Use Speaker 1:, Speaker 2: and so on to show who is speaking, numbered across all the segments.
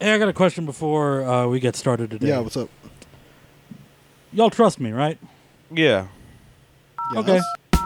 Speaker 1: Hey, I got a question before uh, we get started today.
Speaker 2: Yeah, what's up?
Speaker 1: Y'all trust me, right?
Speaker 3: Yeah.
Speaker 1: Okay.
Speaker 2: Yes.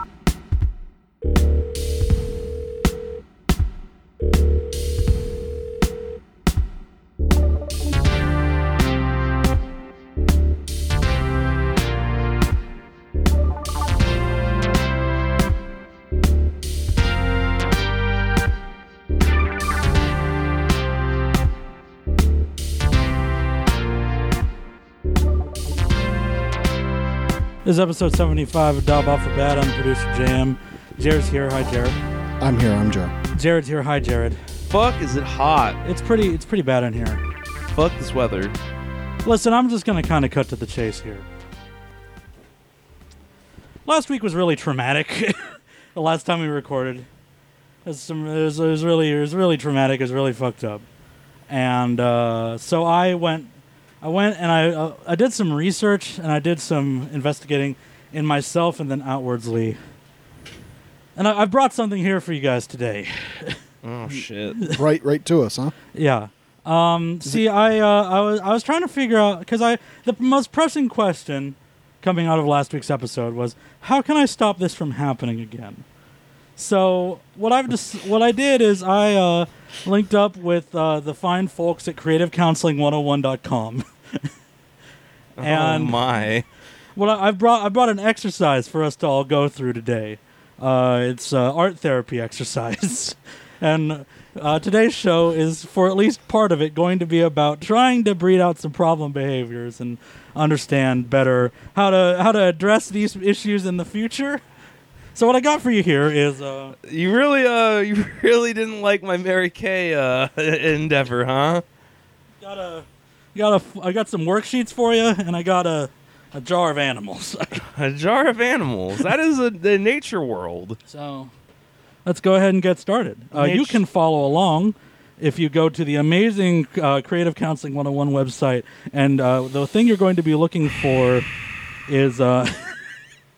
Speaker 1: This is episode 75 of Dob Off for Bad. I'm producer JM. Jared's here. Hi, Jared.
Speaker 2: I'm here. I'm Joe.
Speaker 1: Jared's here. Hi, Jared.
Speaker 3: Fuck, is it hot?
Speaker 1: It's pretty. It's pretty bad in here.
Speaker 3: Fuck this weather.
Speaker 1: Listen, I'm just going to kind of cut to the chase here. Last week was really traumatic. the last time we recorded, it was, some, it, was, it was really it was really traumatic. It was really fucked up, and uh, so I went, I went and I uh, I did some research and I did some investigating in myself and then outwardsly. And I, I brought something here for you guys today.
Speaker 3: Oh shit.
Speaker 2: right, right to us, huh?
Speaker 1: Yeah. Um, see, I uh, I was I was trying to figure out because I the most pressing question coming out of last week's episode was how can I stop this from happening again? So what I've just what I did is I uh, linked up with uh, the fine folks at CreativeCounseling101.com,
Speaker 3: oh
Speaker 1: and
Speaker 3: my.
Speaker 1: what I, I've brought I brought an exercise for us to all go through today. Uh, it's uh, art therapy exercise, and uh, today's show is for at least part of it going to be about trying to breed out some problem behaviors and understand better how to how to address these issues in the future. So what I got for you here is uh,
Speaker 3: You really uh you really didn't like my Mary Kay uh endeavor, huh?
Speaker 1: got a got a f- I got some worksheets for you, and I got a a jar of animals.
Speaker 3: A jar of animals. That is a the nature world.
Speaker 1: So let's go ahead and get started. Uh, you
Speaker 3: Mitch.
Speaker 1: can follow along if you go to the amazing uh, Creative Counseling 101 website. And uh, the thing you're going to be looking for is. Uh,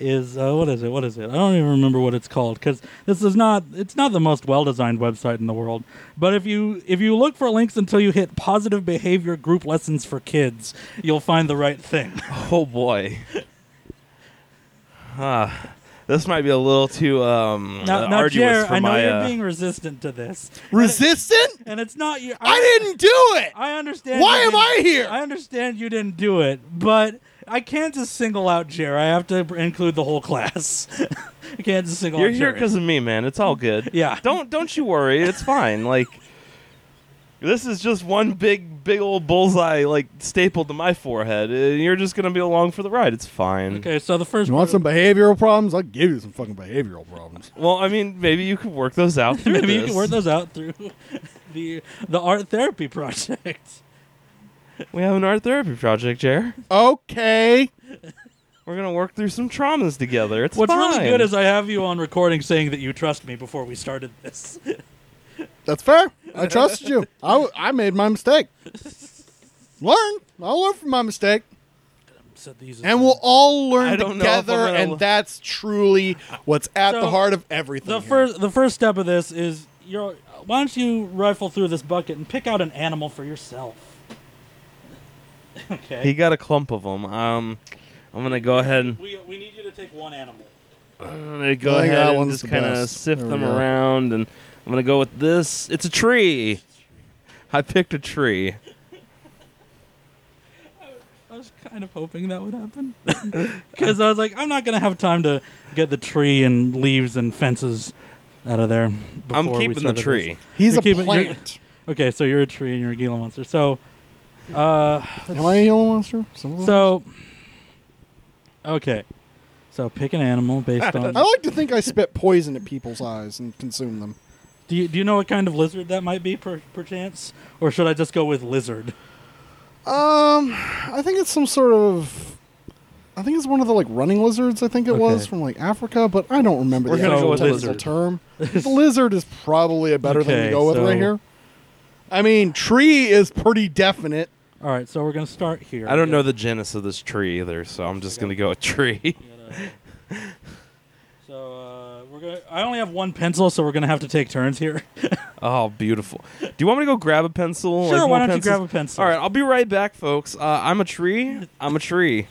Speaker 1: is uh, what is it what is it i don't even remember what it's called because this is not it's not the most well-designed website in the world but if you if you look for links until you hit positive behavior group lessons for kids you'll find the right thing
Speaker 3: Oh boy. Ah. This might be a little too um
Speaker 1: now,
Speaker 3: uh,
Speaker 1: now
Speaker 3: arduous
Speaker 1: Jer,
Speaker 3: for
Speaker 1: i know
Speaker 3: my
Speaker 1: you're
Speaker 3: uh,
Speaker 1: being resistant to this
Speaker 2: Resistant?
Speaker 1: and it's not your
Speaker 2: I didn't do it.
Speaker 1: I understand.
Speaker 2: Why
Speaker 1: you
Speaker 2: am
Speaker 1: didn't-
Speaker 2: I here?
Speaker 1: I understand you didn't do it, but I can't just single out Jer. I have to include the whole class. I can't just single
Speaker 3: You're
Speaker 1: out
Speaker 3: here
Speaker 1: Jer.
Speaker 3: because of me, man. It's all good.
Speaker 1: Yeah.
Speaker 3: Don't don't you worry. It's fine. Like this is just one big big old bullseye like stapled to my forehead. Uh, You're just gonna be along for the ride. It's fine.
Speaker 1: Okay, so the first
Speaker 2: You want some behavioral problems? I'll give you some fucking behavioral problems.
Speaker 3: Well, I mean, maybe you could work those out through
Speaker 1: maybe
Speaker 3: this.
Speaker 1: you can work those out through the the art therapy project.
Speaker 3: We have an art therapy project, Jer.
Speaker 2: Okay.
Speaker 3: We're gonna work through some traumas together. It's
Speaker 1: What's
Speaker 3: fine.
Speaker 1: really good is I have you on recording saying that you trust me before we started this.
Speaker 2: That's fair. I trusted you. I, w- I made my mistake. Learn. I'll learn from my mistake.
Speaker 1: Said these
Speaker 2: And we'll all
Speaker 3: I
Speaker 2: learn
Speaker 3: don't know if I'm
Speaker 2: together,
Speaker 3: gonna-
Speaker 2: and that's truly what's at
Speaker 1: So,
Speaker 2: the heart of everything.
Speaker 1: the
Speaker 2: here.
Speaker 1: first the first step of this is you're why don't you rifle through this bucket and pick out an animal for yourself. okay.
Speaker 3: he got a clump of them. Um, I'm gonna go ahead and
Speaker 1: We, we need you to take one animal.
Speaker 3: I'm gonna go
Speaker 2: I think that
Speaker 3: ahead and
Speaker 2: one's
Speaker 3: just
Speaker 2: the
Speaker 3: kind of
Speaker 2: best.
Speaker 3: sift
Speaker 2: There we
Speaker 3: them
Speaker 2: go.
Speaker 3: around, and I'm gonna go with this. It's a tree. I picked a tree.
Speaker 1: I was kind of hoping that would happen. Because I was like, I'm not going to have time to get the tree and leaves and fences out of there.
Speaker 3: I'm
Speaker 1: before we
Speaker 3: keeping the
Speaker 1: started
Speaker 3: tree.
Speaker 1: this.
Speaker 2: He's
Speaker 1: You're
Speaker 2: a
Speaker 1: keeping- you're-
Speaker 2: plant.
Speaker 1: Okay, so you're a tree and you're a Gila monster. So, uh,
Speaker 2: Am I the only monster? Someone-
Speaker 1: so, okay. So pick an animal based on.
Speaker 3: Oh.
Speaker 2: I like to think I spit poison at people's eyes and consume them.
Speaker 1: Do you, do you know what kind of lizard that might be, per, perchance? Or should I just go with lizard?
Speaker 2: Um, I think it's some sort of. I think it's one of the like running lizards. I think it was
Speaker 3: Okay.
Speaker 2: from like Africa, but I don't remember
Speaker 3: We're
Speaker 2: the
Speaker 3: gonna
Speaker 2: actual
Speaker 1: go with
Speaker 2: technical
Speaker 3: lizard.
Speaker 2: term. the lizard is probably a better thing
Speaker 1: Okay,
Speaker 2: to go with
Speaker 1: so-
Speaker 2: right here. I mean, tree is pretty definite.
Speaker 1: All right, so we're going to start here.
Speaker 3: I don't
Speaker 1: We
Speaker 3: know
Speaker 1: got-
Speaker 3: the genus of this tree either, so I'm just gonna go a tree.
Speaker 1: You gotta- so uh, we're We're gonna, I only have one pencil, so we're gonna have to take turns here.
Speaker 3: Oh, beautiful. Do you want me to go grab a pencil?
Speaker 1: Sure,
Speaker 3: like,
Speaker 1: why
Speaker 3: more
Speaker 1: don't you
Speaker 3: pencils?
Speaker 1: grab a pencil?
Speaker 3: All right, I'll be right back, folks. Uh, I'm a tree. I'm a tree.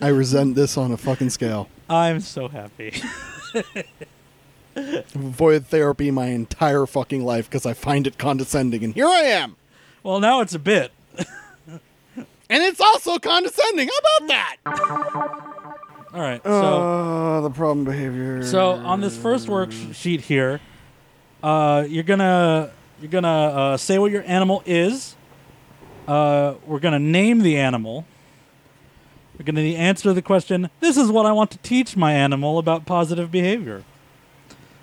Speaker 2: I resent this on a fucking scale.
Speaker 1: I'm so happy.
Speaker 2: Avoid therapy my entire fucking life because I find it condescending, and here I am.
Speaker 1: well, now it's a bit.
Speaker 2: And it's also condescending. How about that?
Speaker 1: All right. So,
Speaker 2: Uh, the problem behavior.
Speaker 1: so on this first worksheet here, uh, you're gonna you're gonna uh, say what your animal is. Uh, we're gonna name the animal. We're gonna answer the question. This is what I want to teach my animal about positive behavior.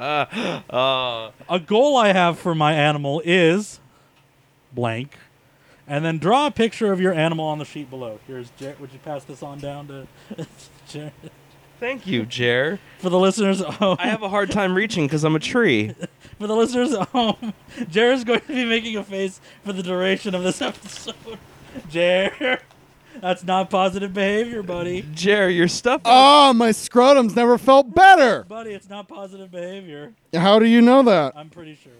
Speaker 3: Uh,
Speaker 1: a goal I have for my animal is blank. And then draw a picture of your animal on the sheet below. Here's Jer- would you pass this on down to Jer-
Speaker 3: thank you, Jer.
Speaker 1: for the listeners at home?
Speaker 3: I have a hard time reaching because I'm a tree.
Speaker 1: for the listeners at home, Jer is going to be making a face for the duration of this episode. Jer, that's not positive behavior, buddy.
Speaker 3: Jer, your stuff.
Speaker 2: Oh, my scrotum's never felt better.
Speaker 1: Buddy, it's not positive behavior.
Speaker 2: How do you know that?
Speaker 1: I'm pretty sure.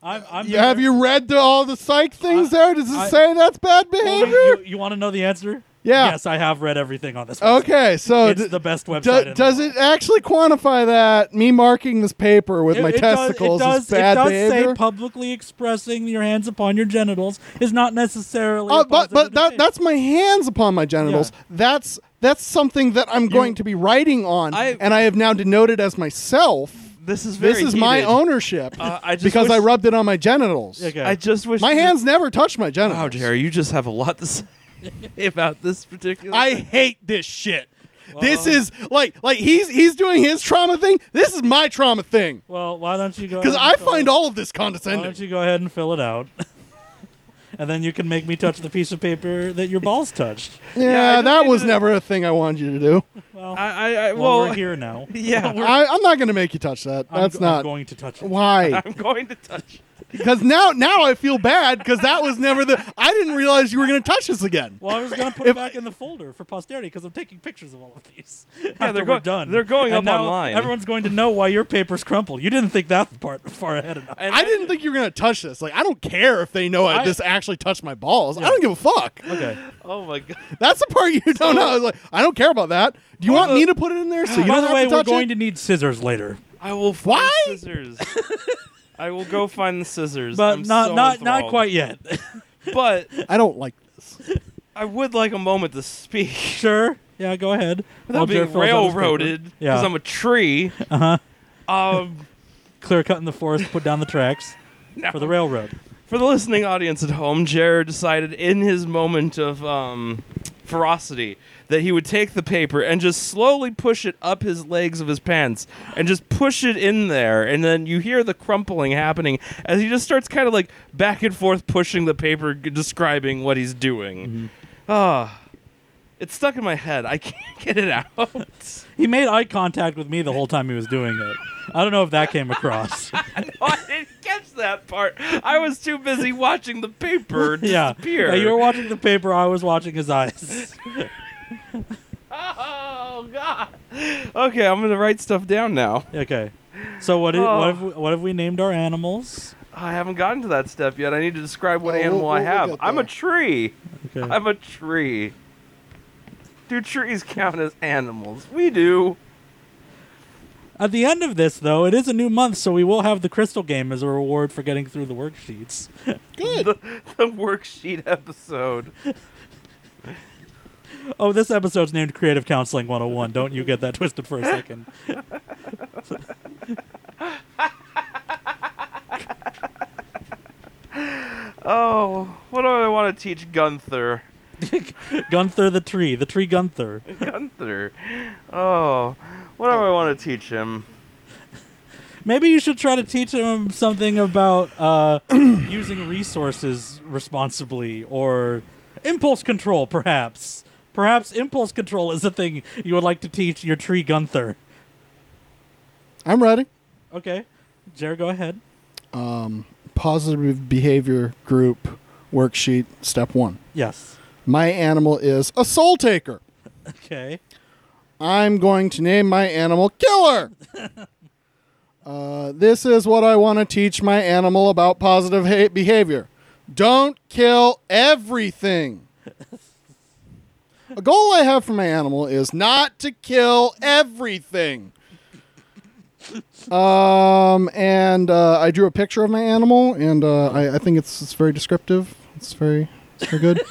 Speaker 1: I'm. I'm
Speaker 2: You, have you read the, all the psych things there? Does it
Speaker 1: I-
Speaker 2: say that's bad
Speaker 1: You,
Speaker 2: behavior?
Speaker 1: you want to know the answer?
Speaker 2: Yeah.
Speaker 1: Yes, I have read everything on this. website.
Speaker 2: Okay, so
Speaker 1: it's
Speaker 2: d-
Speaker 1: the best website.
Speaker 2: do-
Speaker 1: in the
Speaker 2: does
Speaker 1: world.
Speaker 2: it actually quantify that me marking this paper with
Speaker 1: It-
Speaker 2: my
Speaker 1: it does-
Speaker 2: testicles
Speaker 1: it does,
Speaker 2: is bad
Speaker 1: it does
Speaker 2: behavior? Uh,
Speaker 1: say publicly expressing your hands upon your genitals is not necessarily.
Speaker 2: Uh,
Speaker 1: a
Speaker 2: but but
Speaker 1: positive
Speaker 2: that,
Speaker 1: thing.
Speaker 2: that's my hands upon my genitals. That's that's something that I'm going to be writing on,
Speaker 3: I-
Speaker 2: and I have now denoted as myself.
Speaker 3: This is very
Speaker 2: This is my
Speaker 3: heated.
Speaker 2: ownership
Speaker 3: Uh, I just
Speaker 2: because
Speaker 3: wish-
Speaker 2: I rubbed it on my genitals.
Speaker 1: Okay.
Speaker 3: I just wish
Speaker 2: My hands never touch my genitals.
Speaker 3: Wow, Jerry, you just have a lot to say about this particular.
Speaker 2: I hate this shit. This is like like he's he's doing his trauma thing. This is my trauma thing
Speaker 1: Well, why don't you go?
Speaker 2: because
Speaker 1: ahead
Speaker 2: I
Speaker 1: and fill
Speaker 2: find
Speaker 1: it-
Speaker 2: all of this
Speaker 1: Why don't
Speaker 2: condescending.
Speaker 1: you go ahead and fill it out, and then you can make me touch the piece of paper that your balls touched.
Speaker 3: Yeah, I
Speaker 2: Yeah,
Speaker 3: just
Speaker 2: that
Speaker 3: need
Speaker 2: was
Speaker 3: to-
Speaker 2: never a thing I wanted you to do.
Speaker 1: Well,
Speaker 3: I, I, I
Speaker 1: well,
Speaker 3: well,
Speaker 1: we're here now.
Speaker 3: yeah,
Speaker 2: I, I'm not going to make you touch that.
Speaker 1: I'm
Speaker 2: That's
Speaker 1: go- I'm
Speaker 2: not
Speaker 1: going to touch it.
Speaker 2: why.
Speaker 3: I'm going to touch.
Speaker 2: Because now now I feel bad because that was never the. I didn't realize you were going to touch this again.
Speaker 1: Well, I was going to put it
Speaker 2: If-
Speaker 1: back in the folder for posterity because I'm taking pictures of all of these.
Speaker 3: they're
Speaker 1: after we're
Speaker 3: go-
Speaker 1: done.
Speaker 3: they're going
Speaker 1: And
Speaker 3: up
Speaker 1: now
Speaker 3: online.
Speaker 1: Everyone's going to know why your papers crumpled. You didn't think that part far ahead enough.
Speaker 3: And
Speaker 2: I didn't think you were going to touch this. Like I don't care if they know I,
Speaker 1: I-
Speaker 2: this actually touched my balls. I don't give a fuck.
Speaker 1: Okay.
Speaker 3: Oh my god.
Speaker 2: That's the part you don't know. Like I don't care about that. Do you want
Speaker 3: Also-
Speaker 2: me to put it in there so you
Speaker 1: By
Speaker 2: don't
Speaker 1: the
Speaker 2: have
Speaker 1: way,
Speaker 2: to
Speaker 1: we're
Speaker 2: touch it?
Speaker 1: going to need scissors later.
Speaker 3: I will find
Speaker 2: Why?
Speaker 3: scissors. I will go find the scissors.
Speaker 1: but
Speaker 3: I'm
Speaker 1: not
Speaker 3: so
Speaker 1: not not
Speaker 3: enthralled.
Speaker 1: quite yet.
Speaker 3: But
Speaker 2: I don't like this.
Speaker 3: I would like a moment to speak
Speaker 1: sure. Yeah, go ahead. While
Speaker 3: without
Speaker 1: Jer
Speaker 3: being
Speaker 1: fills out his paper.
Speaker 3: railroaded because
Speaker 1: Yeah.
Speaker 3: I'm a tree. Uh-huh. Um,
Speaker 1: Clear cutting the forest, put down the tracks
Speaker 3: no.
Speaker 1: for the railroad.
Speaker 3: For the listening audience at home, Jared decided in his moment of um, ferocity that he would take the paper and just slowly push it up his legs of his pants and just push it in there. And then you hear the crumpling happening as he just starts kind of like back and forth pushing the paper, g- describing what he's
Speaker 1: Mm-hmm.
Speaker 3: doing. Ah, it's stuck in my head. I can't get it out.
Speaker 1: He made eye contact with me the whole time he was doing it. I don't know if that came across.
Speaker 3: I didn't catch that part. I was too busy watching the paper
Speaker 1: yeah.
Speaker 3: disappear.
Speaker 1: Yeah, You were watching the paper. I was watching his eyes.
Speaker 3: Oh god. Okay, I'm gonna write stuff down now.
Speaker 1: okay. So what? Did,
Speaker 3: Oh.
Speaker 1: what, have we, what have we named our animals?
Speaker 3: I haven't gotten to that step yet. I need to describe what
Speaker 2: Oh, we'll-
Speaker 3: animal I
Speaker 2: we'll
Speaker 3: have.
Speaker 2: get
Speaker 3: I'm a
Speaker 2: there.
Speaker 3: tree.
Speaker 1: Okay.
Speaker 3: I'm a tree. Do trees count as animals? We do.
Speaker 1: At the end of this, though, it is a new month, so we will have the crystal game as a reward for getting through the worksheets.
Speaker 3: The, the worksheet episode.
Speaker 1: Oh, this episode's named Creative Counseling 101. Don't you get that twisted for a second.
Speaker 3: Oh, what do I want to teach Gunther?
Speaker 1: Gunther the tree, the tree Gunther.
Speaker 3: Gunther. Oh, what do I want to teach him?
Speaker 1: Maybe you should try to teach him something about uh, using resources responsibly or impulse control, perhaps. Perhaps impulse control is the thing you would like to teach your tree Gunther.
Speaker 2: I'm ready.
Speaker 1: Okay, Jer, go ahead.
Speaker 2: Positive behavior group worksheet step one.
Speaker 1: Yes.
Speaker 2: My animal is a soul taker.
Speaker 1: Okay.
Speaker 2: I'm going to name my animal Killer. uh, this is what I want to teach my animal about positive hate behavior. Don't kill everything. A goal I have for my animal is not to kill everything. Um, and uh, I drew a picture of my animal, and uh, I, I think it's it's very descriptive. It's very it's very good.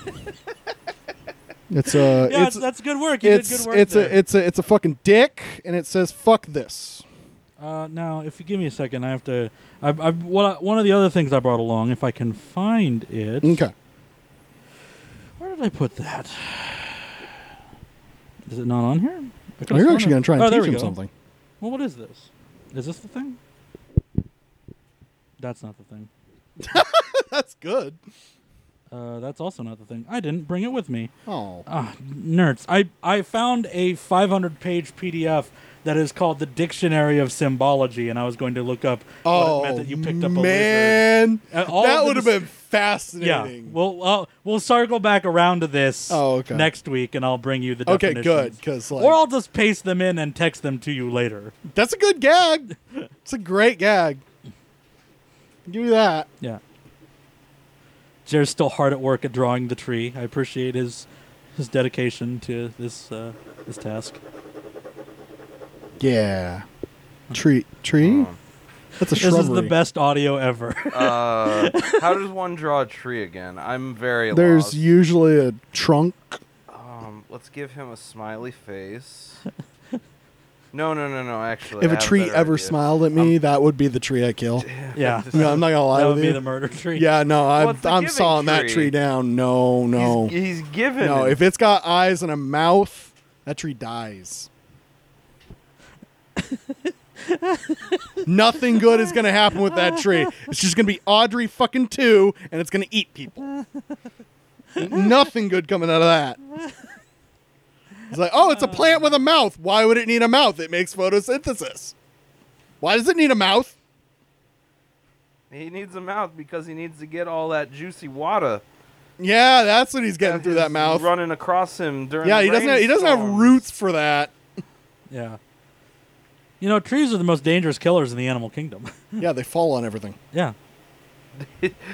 Speaker 2: it's uh,
Speaker 1: Yeah, it's,
Speaker 2: it's,
Speaker 1: that's good work. You
Speaker 2: it's
Speaker 1: did
Speaker 2: it's,
Speaker 1: good work there.
Speaker 2: a it's a it's a fucking dick, and it says fuck this.
Speaker 1: Uh, now, if you give me a second, I have to. I, I, one of- one of the other things I brought along, if I can find it.
Speaker 2: Okay,
Speaker 1: Where did I put that? Is it not on here? I could've
Speaker 2: oh, you're
Speaker 1: sworn
Speaker 2: actually
Speaker 1: I-
Speaker 2: gonna try and
Speaker 1: Oh, there
Speaker 2: teach
Speaker 1: we
Speaker 2: him
Speaker 1: go.
Speaker 2: something.
Speaker 1: Well, what is this? Is this the thing? That's not the thing.
Speaker 2: That's good.
Speaker 1: Uh, that's also not the thing. I didn't bring it with me.
Speaker 2: Oh,
Speaker 1: Ah, nerds. I, I found a 500 page PDF that is called The Dictionary of Symbology, and I was going to look up what
Speaker 2: oh,
Speaker 1: it meant that you picked up a lizard.
Speaker 2: man,
Speaker 1: Uh, all
Speaker 2: that
Speaker 1: of
Speaker 2: would
Speaker 1: the dis-
Speaker 2: have been
Speaker 1: Yeah,
Speaker 2: fascinating.
Speaker 1: we'll, uh, we'll circle back around to this
Speaker 2: Oh, okay.
Speaker 1: next week, and I'll bring you the
Speaker 2: Okay,
Speaker 1: definitions.
Speaker 2: good, 'cause, like-
Speaker 1: or I'll just paste them in and text them to you later.
Speaker 2: That's a good gag. It's a great gag. Give me that.
Speaker 1: Yeah. Jared's still hard at work at drawing the tree. I appreciate his his dedication to this uh, this task.
Speaker 2: Yeah, tree tree. That's a
Speaker 1: This
Speaker 2: shrubbery.
Speaker 1: is the best audio ever.
Speaker 3: Uh, how does one draw a tree again? I'm very
Speaker 2: There's
Speaker 3: lost.
Speaker 2: usually a trunk.
Speaker 3: Um, let's give him a smiley face. No, no, no, no. Actually,
Speaker 2: If
Speaker 3: I
Speaker 2: a
Speaker 3: have
Speaker 2: tree
Speaker 3: better
Speaker 2: ever
Speaker 3: idea.
Speaker 2: smiled at me, that would be the tree I kill.
Speaker 1: yeah.
Speaker 2: No, I'm not gonna lie
Speaker 1: that
Speaker 2: with
Speaker 1: would be
Speaker 2: you.
Speaker 1: the murder tree.
Speaker 2: Yeah, no, I,
Speaker 3: Well, it's the
Speaker 2: I'm
Speaker 3: giving
Speaker 2: sawing that
Speaker 3: tree.
Speaker 2: tree down. No, no,
Speaker 3: He's, he's given.
Speaker 2: no. If it's got eyes and a mouth, that tree dies. Nothing good is gonna happen with that tree. It's just gonna be Audrey fucking two, and it's gonna eat people. Ain't Nothing good coming out of that. It's like, oh, it's a plant with a mouth. Why would it need a mouth? It makes photosynthesis. Why does it need a mouth?
Speaker 3: he needs a mouth because he needs to get all that juicy water
Speaker 2: Yeah, that's what he's getting through
Speaker 3: is
Speaker 2: that mouth.
Speaker 3: running across him during.
Speaker 2: Yeah,
Speaker 3: the
Speaker 2: he doesn't. Have, he doesn't have
Speaker 3: rainstorms.
Speaker 2: roots for that.
Speaker 1: Yeah. You know, trees are the most dangerous killers in the animal kingdom.
Speaker 2: Yeah, they fall on everything
Speaker 1: yeah.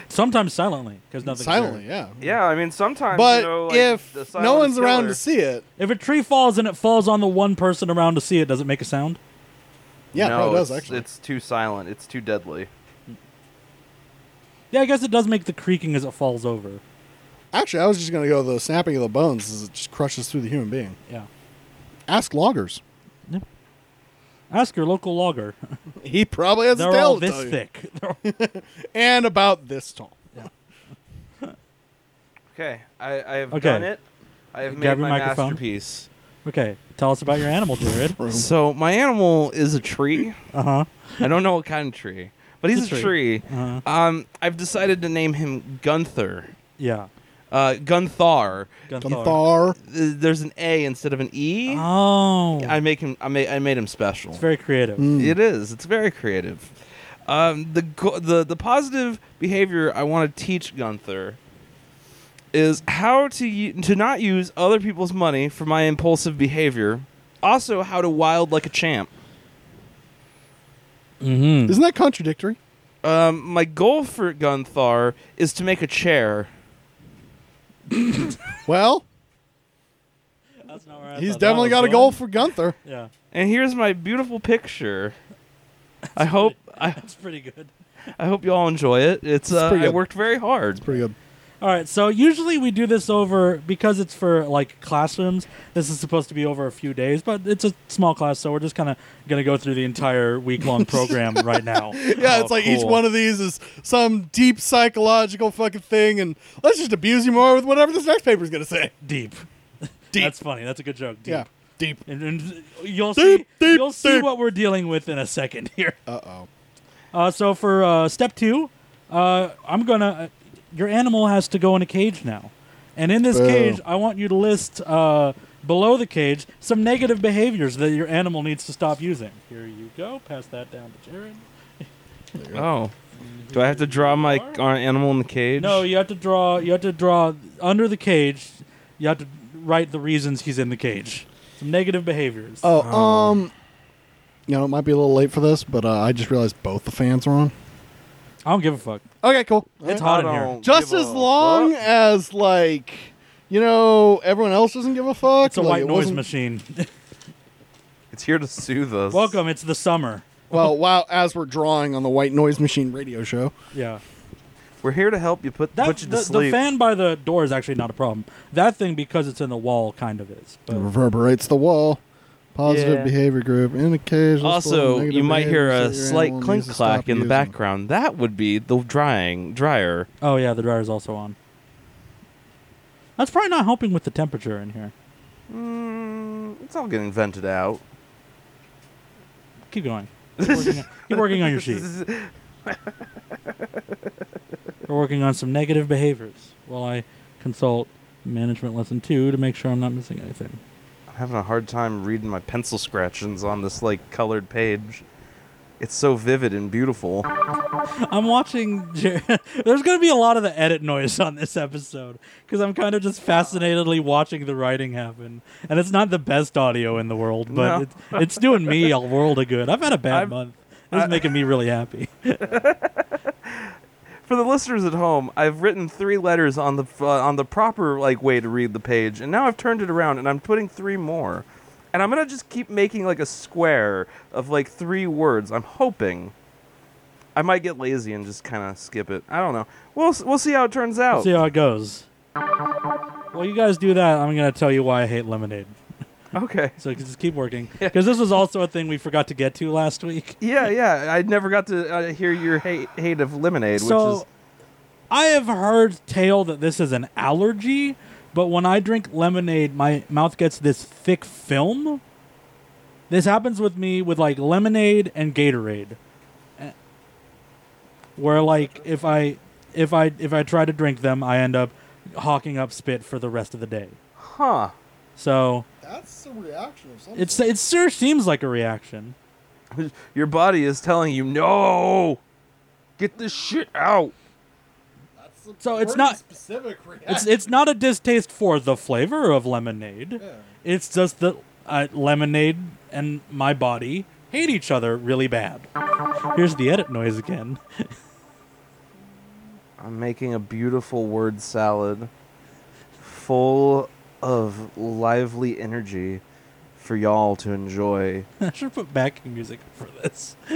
Speaker 1: Sometimes silently, because nothing.
Speaker 2: silently. Yeah.
Speaker 3: Yeah, I mean sometimes.
Speaker 2: But
Speaker 3: you know, like, the
Speaker 2: if no
Speaker 3: silent
Speaker 2: one's around
Speaker 3: killer-
Speaker 2: to see it,
Speaker 1: If a tree falls and it falls on the one person around to see it, does it make a sound?
Speaker 2: yeah,
Speaker 3: no,
Speaker 2: it probably does
Speaker 3: it's,
Speaker 2: actually.
Speaker 3: It's too silent. It's too deadly.
Speaker 1: Yeah, I guess it does make the creaking as it falls over.
Speaker 2: Actually, I was just gonna go the snapping of the bones as it just crushes through the human being.
Speaker 1: Yeah.
Speaker 2: Ask loggers.
Speaker 1: Ask your local logger.
Speaker 2: He probably has a
Speaker 1: They're
Speaker 2: tail
Speaker 1: all
Speaker 2: to
Speaker 1: this
Speaker 2: tell you.
Speaker 1: thick.
Speaker 2: and about this tall.
Speaker 3: Okay, I, I have
Speaker 1: Okay.
Speaker 3: done it. I have made
Speaker 1: Grab your
Speaker 3: my
Speaker 1: microphone.
Speaker 3: masterpiece.
Speaker 1: okay, tell us about your animal, Jared.
Speaker 3: So my animal is a tree.
Speaker 1: Uh huh.
Speaker 3: I don't know what kind of tree, but he's
Speaker 1: It's a
Speaker 3: a
Speaker 1: tree.
Speaker 3: tree.
Speaker 1: Uh-huh.
Speaker 3: Um, I've decided to name him Gunther.
Speaker 1: Yeah.
Speaker 3: Uh, Gunthar.
Speaker 2: Gunthar.
Speaker 3: Th- There's an A instead of an E. I
Speaker 1: Oh.
Speaker 3: make him. I made. I made him special.
Speaker 1: it's very creative.
Speaker 2: Mm.
Speaker 3: It is. It's very creative. Um, the go- the the positive behavior I want to teach Gunther is how to u- to not use other people's money for my impulsive behavior. Also, how to wild like a champ.
Speaker 1: Mm-hmm.
Speaker 2: Isn't that contradictory?
Speaker 3: Um, my goal for Gunthar is to make a chair.
Speaker 2: Well,
Speaker 1: That's not where I
Speaker 2: he's
Speaker 1: thought that was
Speaker 2: definitely got a
Speaker 1: going.
Speaker 2: goal for Gunther.
Speaker 1: Yeah,
Speaker 3: And here's my beautiful picture. I hope I,
Speaker 1: that's pretty good.
Speaker 3: I hope you all enjoy it. It's, uh,
Speaker 2: pretty
Speaker 3: I
Speaker 2: good.
Speaker 3: worked very hard.
Speaker 2: Pretty good.
Speaker 1: All right, so usually we do this over because it's for like classrooms. This is supposed to be over a few days, but it's a small class, so we're just kind of going to go through the entire week long program right now. Oh,
Speaker 2: Yeah, it's like each one of these is some deep psychological fucking thing, and let's just abuse you more with whatever this next paper's gonna say.
Speaker 1: deep.
Speaker 2: Deep.
Speaker 1: That's funny. That's a good joke. Deep.
Speaker 2: Yeah, deep.
Speaker 1: And, and you'll
Speaker 2: Deep,
Speaker 1: see
Speaker 2: deep,
Speaker 1: you'll see
Speaker 2: deep.
Speaker 1: what we're dealing with in a second here.
Speaker 2: Uh oh.
Speaker 1: Uh, so for uh, step two, uh, I'm gonna. Uh, your animal has to go in a cage now, and in this
Speaker 2: Boo.
Speaker 1: cage, I want you to list uh, below the cage some negative behaviors that your animal needs to stop using. Here you go. Pass that down to Jared.
Speaker 3: Oh, do I have to draw my uh, animal in the cage?
Speaker 1: No, you have to draw. You have to draw under the cage. You have to write the reasons he's in the cage. negative behaviors.
Speaker 2: Oh, um, you know, it might be a little late for this, but uh, I just realized both the fans were on.
Speaker 1: I don't give a fuck.
Speaker 2: Okay, cool.
Speaker 1: It's hot in
Speaker 3: I
Speaker 1: here.
Speaker 3: don't
Speaker 2: Just
Speaker 3: give
Speaker 2: as
Speaker 3: a
Speaker 2: long
Speaker 3: fuck.
Speaker 2: as like, you know, everyone else doesn't give a fuck.
Speaker 1: It's a
Speaker 2: like,
Speaker 1: white
Speaker 2: it
Speaker 1: noise
Speaker 2: wasn't-
Speaker 1: machine.
Speaker 3: It's here to soothe us.
Speaker 1: Welcome. It's the summer.
Speaker 2: Well, wow, as we're drawing on the white noise machine radio show.
Speaker 1: Yeah.
Speaker 3: We're here to help you put,
Speaker 1: That,
Speaker 3: put you to
Speaker 1: the, the
Speaker 3: sleep.
Speaker 1: fan by the door is actually not a problem. That thing, because it's in the wall, kind of is.
Speaker 2: It
Speaker 1: But
Speaker 3: Mm-hmm.
Speaker 2: reverberates the wall. Positive
Speaker 3: Yeah.
Speaker 2: behavior group in occasional.
Speaker 3: also,
Speaker 2: negative
Speaker 3: you might hear a
Speaker 2: behaviors that your
Speaker 3: slight
Speaker 2: animal
Speaker 3: clink
Speaker 2: needs to stop
Speaker 3: clack in the
Speaker 2: using.
Speaker 3: background. That would be the drying dryer.
Speaker 1: Oh yeah, the dryer's also on. That's probably not helping with the temperature in here.
Speaker 3: Mm, it's all getting vented out.
Speaker 1: Keep going. Keep working on, keep working on your sheet. We're working on some negative behaviors while I consult management lesson two to make sure I'm not missing anything.
Speaker 3: I'm having a hard time reading my pencil scratchings on this like colored page. It's so vivid and beautiful.
Speaker 1: I'm watching. Jer- There's going to be a lot of the edit noise on this episode because I'm kind of just fascinatedly watching the writing happen, and it's not the best audio in the world, but
Speaker 3: No.
Speaker 1: it's, it's doing me a world of good. I've had a bad
Speaker 3: I've-
Speaker 1: month. It's
Speaker 3: I-
Speaker 1: making me really happy.
Speaker 3: For the listeners at home, I've written three letters on the uh, on the proper like way to read the page, and now I've turned it around and I'm putting three more. And I'm gonna just keep making like a square of like three words. I'm hoping. I might get lazy and just kind of skip it. I don't know. We'll s- we'll see how it turns out.
Speaker 1: See how it goes. Well, you guys do that. I'm going to tell you why I hate lemonade.
Speaker 3: Okay.
Speaker 1: So just keep working because this was also a thing we forgot to get to last week.
Speaker 3: Yeah, yeah. I never got to uh, hear your hate hate of lemonade, which is
Speaker 1: So I have heard tale that this is an allergy, but when I drink lemonade, my mouth gets this thick film. This happens with me with like lemonade and Gatorade. Eh, Where like if I if I if I try to drink them, I end up hawking up spit for the rest of the day.
Speaker 3: huh.
Speaker 1: So
Speaker 2: That's a reaction of something.
Speaker 1: it's it sure seems like a reaction.
Speaker 3: Your body is telling you no. Get this shit out.
Speaker 2: That's a
Speaker 1: So it's pretty not-
Speaker 2: specific reaction.
Speaker 1: It's it's not a distaste for the flavor of lemonade. It's just that uh, lemonade and my body hate each other really bad. Here's the edit noise again.
Speaker 3: I'm making a beautiful word salad full of lively energy for y'all to enjoy.
Speaker 1: I should put backing music for this.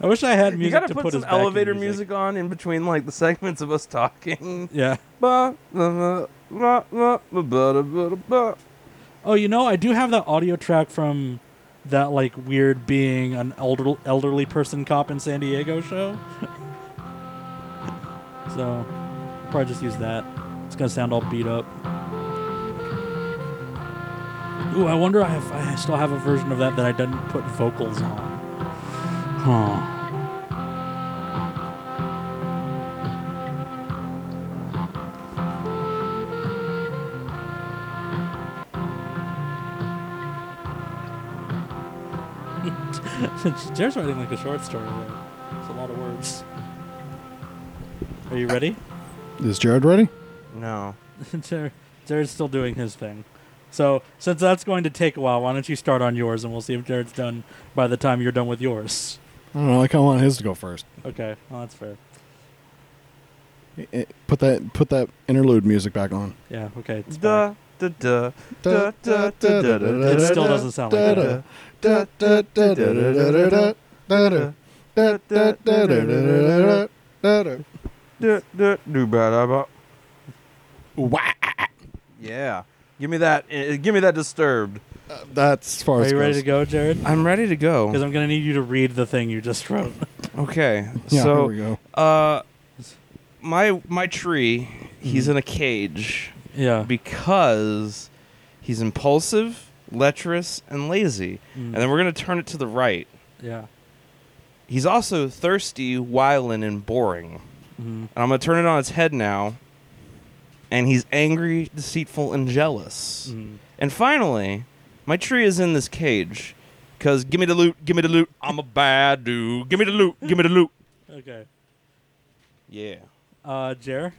Speaker 1: I wish I had music
Speaker 3: you gotta
Speaker 1: to
Speaker 3: put,
Speaker 1: put,
Speaker 3: some
Speaker 1: as backing
Speaker 3: elevator music. on in between like the segments of us talking.
Speaker 1: Yeah.
Speaker 3: Ba, ba, ba, ba, ba, ba, da, ba, da, ba.
Speaker 1: Oh, you know, I do have that audio track from that like weird being an elder, elderly person cop in San Diego show. so, probably just use that. It's gonna sound all beat up. Ooh, I wonder if I still have a version of that that I didn't put vocals on. Huh. Jared's writing like a short story. There. It's a lot of words. Are you ready?
Speaker 2: Is Jared ready?
Speaker 3: No.
Speaker 1: Jared, Jared's still doing his thing. So since that's going to take a while, why don't you start on yours, and we'll see if Jared's done by the time you're done with yours.
Speaker 2: I don't know. I kind of want his to go first.
Speaker 1: Okay, well that's fair.
Speaker 2: I- I- Put that put that interlude music back on.
Speaker 1: Yeah. Okay. It's
Speaker 3: Da, da, da, da, da, da, da, da,
Speaker 1: fine. It
Speaker 3: da,
Speaker 1: still
Speaker 3: da,
Speaker 1: doesn't sound like that.
Speaker 3: da, da, da, da, da, da, da, da, da, da, do ba, da, ba.
Speaker 2: Wah.
Speaker 3: Yeah. Give me that. uh, Give me that disturbed.
Speaker 2: That's as far
Speaker 1: Are
Speaker 2: as
Speaker 1: you ready to
Speaker 2: goes.
Speaker 1: go, Jared?
Speaker 3: I'm ready to
Speaker 1: Because
Speaker 3: go.
Speaker 1: I'm going to need you to read the thing you just wrote.
Speaker 3: Okay.
Speaker 2: Yeah, here we
Speaker 3: so,
Speaker 2: go.
Speaker 3: uh, my my tree,
Speaker 2: Mm-hmm.
Speaker 3: he's in a cage
Speaker 1: yeah.
Speaker 3: because he's impulsive, lecherous, and lazy.
Speaker 2: Mm.
Speaker 3: And then we're gonna turn it to the right.
Speaker 1: yeah.
Speaker 3: He's also thirsty, wiling, and boring.
Speaker 1: Mhm.
Speaker 3: And I'm gonna turn it on its head now. And he's angry, deceitful, and jealous.
Speaker 1: Mhm.
Speaker 3: And finally, my tree is in this cage. Cause give me the loot, give me the loot. I'm a bad dude. Give me the loot, give me the loot.
Speaker 1: Okay.
Speaker 3: Yeah.
Speaker 1: Uh, Jer.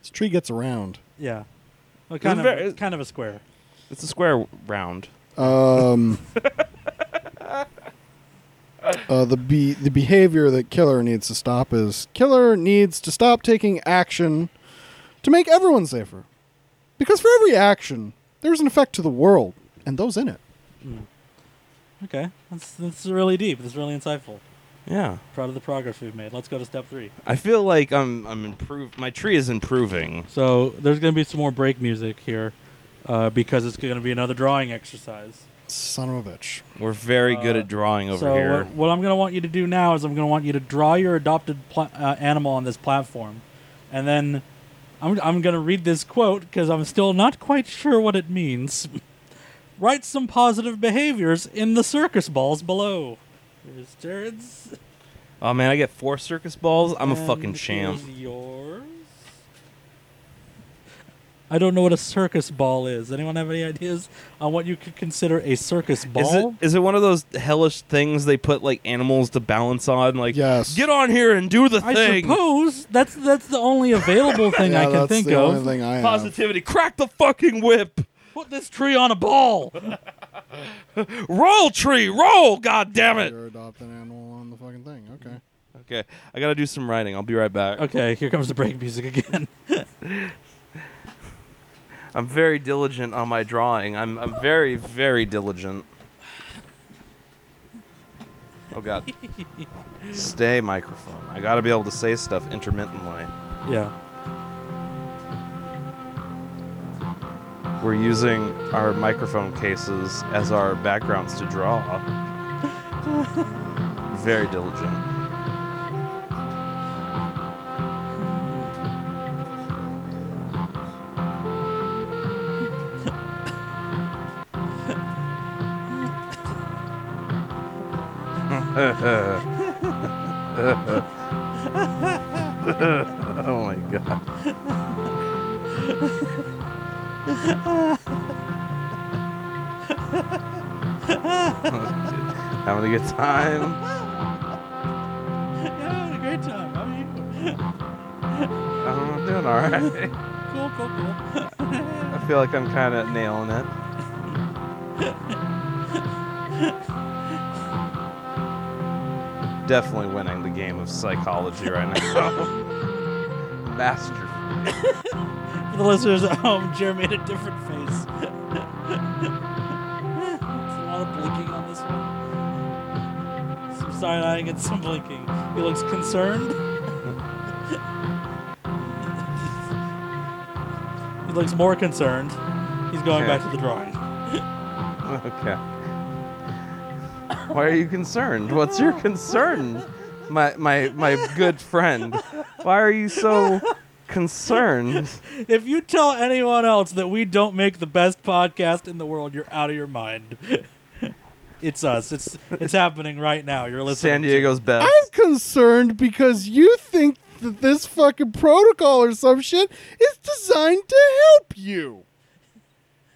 Speaker 2: This tree gets around.
Speaker 1: Yeah. Well, kind of,
Speaker 3: very-
Speaker 1: kind of a square.
Speaker 3: It's a square round.
Speaker 2: Um, uh, the be- the behavior that Killer needs to stop is Killer needs to stop taking action to make everyone safer, because for every action there's an effect to the world and those in it.
Speaker 1: Okay, that's that's really deep. That's really insightful.
Speaker 3: Yeah.
Speaker 1: Proud of the progress we've made. Let's go to step three.
Speaker 3: I feel like I'm I'm improve. My tree is improving.
Speaker 1: So there's going to be some more break music here, uh, because it's going to be another drawing exercise.
Speaker 2: Son of a bitch.
Speaker 3: We're very good
Speaker 1: Uh,
Speaker 3: at drawing over
Speaker 1: so
Speaker 3: here.
Speaker 1: What, what I'm going to want you to do now is I'm going to want you to draw your adopted pla- uh, animal on this platform, and then I'm I'm going to read this quote because I'm still not quite sure what it means. Write some positive behaviors in the circus balls below. Here's Jared's.
Speaker 3: Oh man, I get four circus balls. I'm a
Speaker 1: and
Speaker 3: fucking
Speaker 1: here's
Speaker 3: champ.
Speaker 1: Yours. I don't know what a circus ball is. Anyone have any ideas on what you could consider a circus ball?
Speaker 3: Is it is it one of those hellish things they put like animals to balance on? Like
Speaker 2: Yes.
Speaker 3: get on here and do the
Speaker 1: I
Speaker 3: thing.
Speaker 1: suppose that's that's the only available thing I
Speaker 2: Yeah,
Speaker 1: can
Speaker 2: that's
Speaker 1: think
Speaker 2: the
Speaker 1: of.
Speaker 2: only thing I have.
Speaker 3: Positivity. Crack the fucking whip.
Speaker 1: Put this tree on a ball.
Speaker 3: Roll tree. Roll. God damn it.
Speaker 2: You're adopting animal on the fucking thing. Okay.
Speaker 3: Okay, I gotta do some writing. I'll be right back.
Speaker 1: okay, here comes the break music again.
Speaker 3: I'm very diligent on my drawing. I'm I'm very very diligent. Oh god. Stay microphone. I got to be able to say stuff intermittently.
Speaker 1: yeah.
Speaker 3: We're using our microphone cases as our backgrounds to draw. very diligent. oh my god. Having a good time.
Speaker 1: Yeah, great time. How are you?
Speaker 3: I'm doing all right.
Speaker 1: Cool, cool, cool.
Speaker 3: I feel like I'm kind of nailing it. Definitely winning the game of psychology right now. Masterful.
Speaker 1: For the listeners at home, Jared made a different face. It's a lot of blinking on this one. Some side eyeing and some blinking. He looks concerned. he looks more concerned. He's going back to the drawing.
Speaker 3: Okay. Why are you concerned? What's your concern, my my my good friend? Why are you so concerned?
Speaker 1: If you tell anyone else that we don't make the best podcast in the world, you're out of your mind. it's us. It's it's happening right now. You're listening.
Speaker 3: San
Speaker 1: to-
Speaker 3: Diego's best.
Speaker 2: I'm concerned because you think that this fucking protocol or some shit is designed to help you.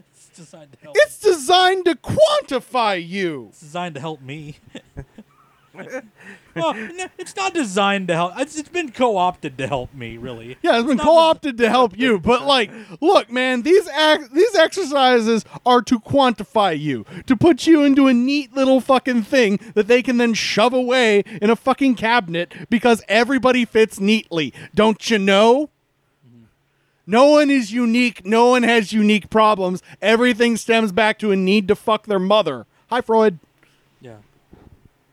Speaker 1: It's designed to help.
Speaker 2: It's designed to quantify you.
Speaker 1: It's designed to help me. well, no, it's not designed to help. It's, it's been co-opted to help me, really.
Speaker 2: Yeah, it's been
Speaker 1: not
Speaker 2: co-opted to help you, but like, look, man, these ac- these exercises are to quantify you, to put you into a neat little fucking thing that they can then shove away in a fucking cabinet because everybody fits neatly. Don't you know? No one is unique. No one has unique problems. Everything stems back to a need to fuck their mother. Hi, Freud.
Speaker 1: Yeah.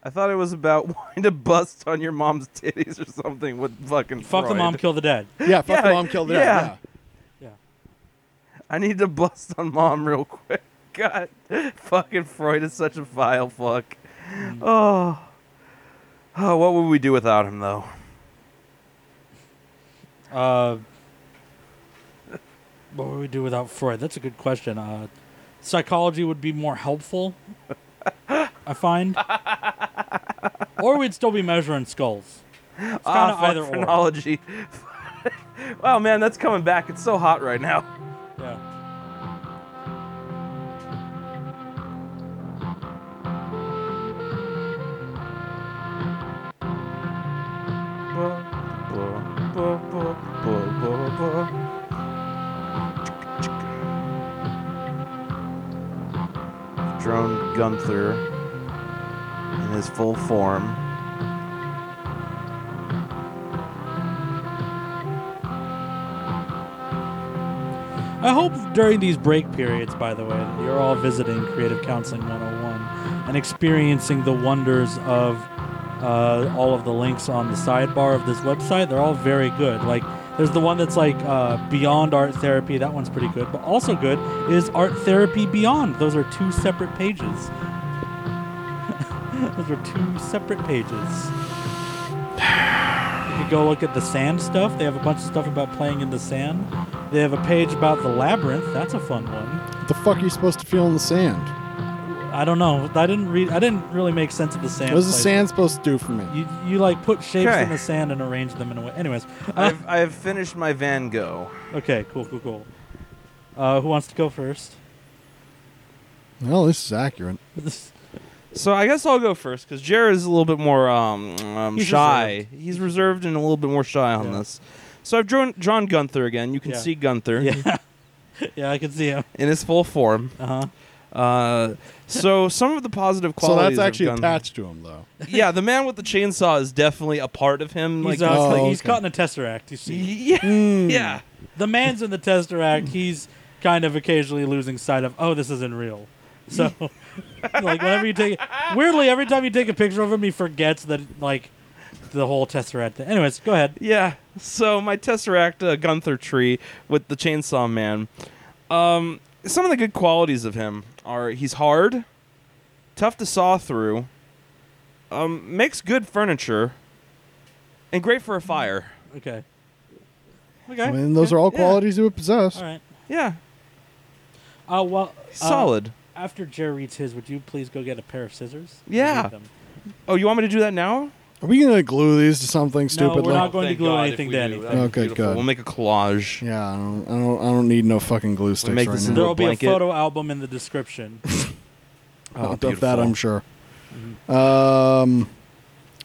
Speaker 3: I thought it was about wanting to bust on your mom's titties or something with fucking
Speaker 1: Fuck the
Speaker 3: Freud.
Speaker 1: mom, kill the dead.
Speaker 2: Yeah, fuck the
Speaker 3: Yeah,
Speaker 2: mom, kill the
Speaker 3: yeah.
Speaker 2: dad.
Speaker 1: Yeah.
Speaker 3: I need to bust on mom real quick. God, fucking Freud is such a vile fuck.
Speaker 1: Hmm.
Speaker 3: Oh. oh, what would we do without him though?
Speaker 1: Uh, what would we do without Freud? That's a good question. Uh, psychology would be more helpful, I find. or we'd still be measuring skulls. It's kind
Speaker 3: Ah,
Speaker 1: of
Speaker 3: fuck
Speaker 1: either or.
Speaker 3: phrenology. wow, man, that's coming back. It's so hot right now.
Speaker 1: Yeah.
Speaker 4: Drone Gunther in his full form.
Speaker 1: I hope during these break periods, by the way, that you're all visiting Creative Counseling 101 and experiencing the wonders of uh, all of the links on the sidebar of this website. They're all very good. Like, there's the one that's like uh, Beyond Art Therapy. That one's pretty good. But also good is Art Therapy Beyond. Those are two separate pages. Those are two separate pages. You could go look at the sand stuff. They have a bunch of stuff about playing in the sand. They have a page about the labyrinth. That's a fun one.
Speaker 2: What the fuck are you supposed to feel in the sand?
Speaker 1: I don't know. I didn't read. I didn't really make sense of the sand.
Speaker 2: What is the
Speaker 1: place.
Speaker 2: sand supposed to do for me?
Speaker 1: You, you like put shapes
Speaker 4: Okay.
Speaker 1: in the sand and arrange them in a way. Anyways, uh,
Speaker 4: I've, I've finished my Van Gogh.
Speaker 1: okay, cool, cool, cool. Uh, who wants to go first?
Speaker 2: Well, this is accurate.
Speaker 3: So I guess I'll go first because Jared is a little bit more um, um
Speaker 1: He's
Speaker 3: shy. He's reserved and a little bit more shy on
Speaker 1: Yeah.
Speaker 3: this. So I've drawn John Gunther again. You can
Speaker 1: Yeah.
Speaker 3: see Gunther
Speaker 1: yeah, yeah, I can see him.
Speaker 3: in his full form.
Speaker 1: Uh huh.
Speaker 3: Uh, so some of the positive
Speaker 2: So
Speaker 3: qualities.
Speaker 2: that's actually
Speaker 3: of Gunther-
Speaker 2: attached to him, though.
Speaker 3: Yeah, the man with the chainsaw is definitely a part of him.
Speaker 1: He's,
Speaker 3: Like,
Speaker 1: uh,
Speaker 2: Oh,
Speaker 1: like- he's
Speaker 2: okay.
Speaker 1: caught in a Hmm. tesseract. You see,
Speaker 3: yeah,
Speaker 2: Mm.
Speaker 3: yeah.
Speaker 1: the man's in the tesseract. He's kind of occasionally losing sight of, oh, this isn't real. So, like whenever you take, weirdly, every time you take a picture of him, he forgets that like the whole tesseract. Thing. Anyways, go ahead.
Speaker 3: Yeah. So my Tesseract uh, Gunther tree with the Chainsaw Man. Um, some of the good qualities of him are he's hard, tough to saw through, um, makes good furniture, and great for a fire.
Speaker 1: Okay.
Speaker 2: I
Speaker 1: Okay.
Speaker 2: mean, those are all
Speaker 3: Yeah.
Speaker 2: qualities you would possess.
Speaker 1: All right.
Speaker 3: Yeah,
Speaker 1: Uh, well,
Speaker 3: he's
Speaker 1: uh,
Speaker 3: solid.
Speaker 1: After Jerry reads his, would you please go get a pair of scissors? and
Speaker 3: Yeah.
Speaker 1: read them?
Speaker 3: Oh, you want me to do that now?
Speaker 2: Are we gonna glue these to something stupidly?
Speaker 1: we're not going to
Speaker 3: Thank
Speaker 1: glue
Speaker 3: God if
Speaker 1: anything
Speaker 3: we
Speaker 1: to
Speaker 3: do.
Speaker 1: anything.
Speaker 3: That'd be
Speaker 2: Okay,
Speaker 3: beautiful.
Speaker 2: good.
Speaker 3: We'll make a collage.
Speaker 2: yeah, I don't, I don't. I don't need no fucking glue sticks
Speaker 3: make
Speaker 2: right
Speaker 3: this
Speaker 2: now.
Speaker 3: into
Speaker 1: There
Speaker 3: a
Speaker 1: will be a
Speaker 3: blanket.
Speaker 1: photo album in the description.
Speaker 3: Oh,
Speaker 2: of
Speaker 3: beautiful. Mm-hmm.
Speaker 2: that, I'm sure. Um,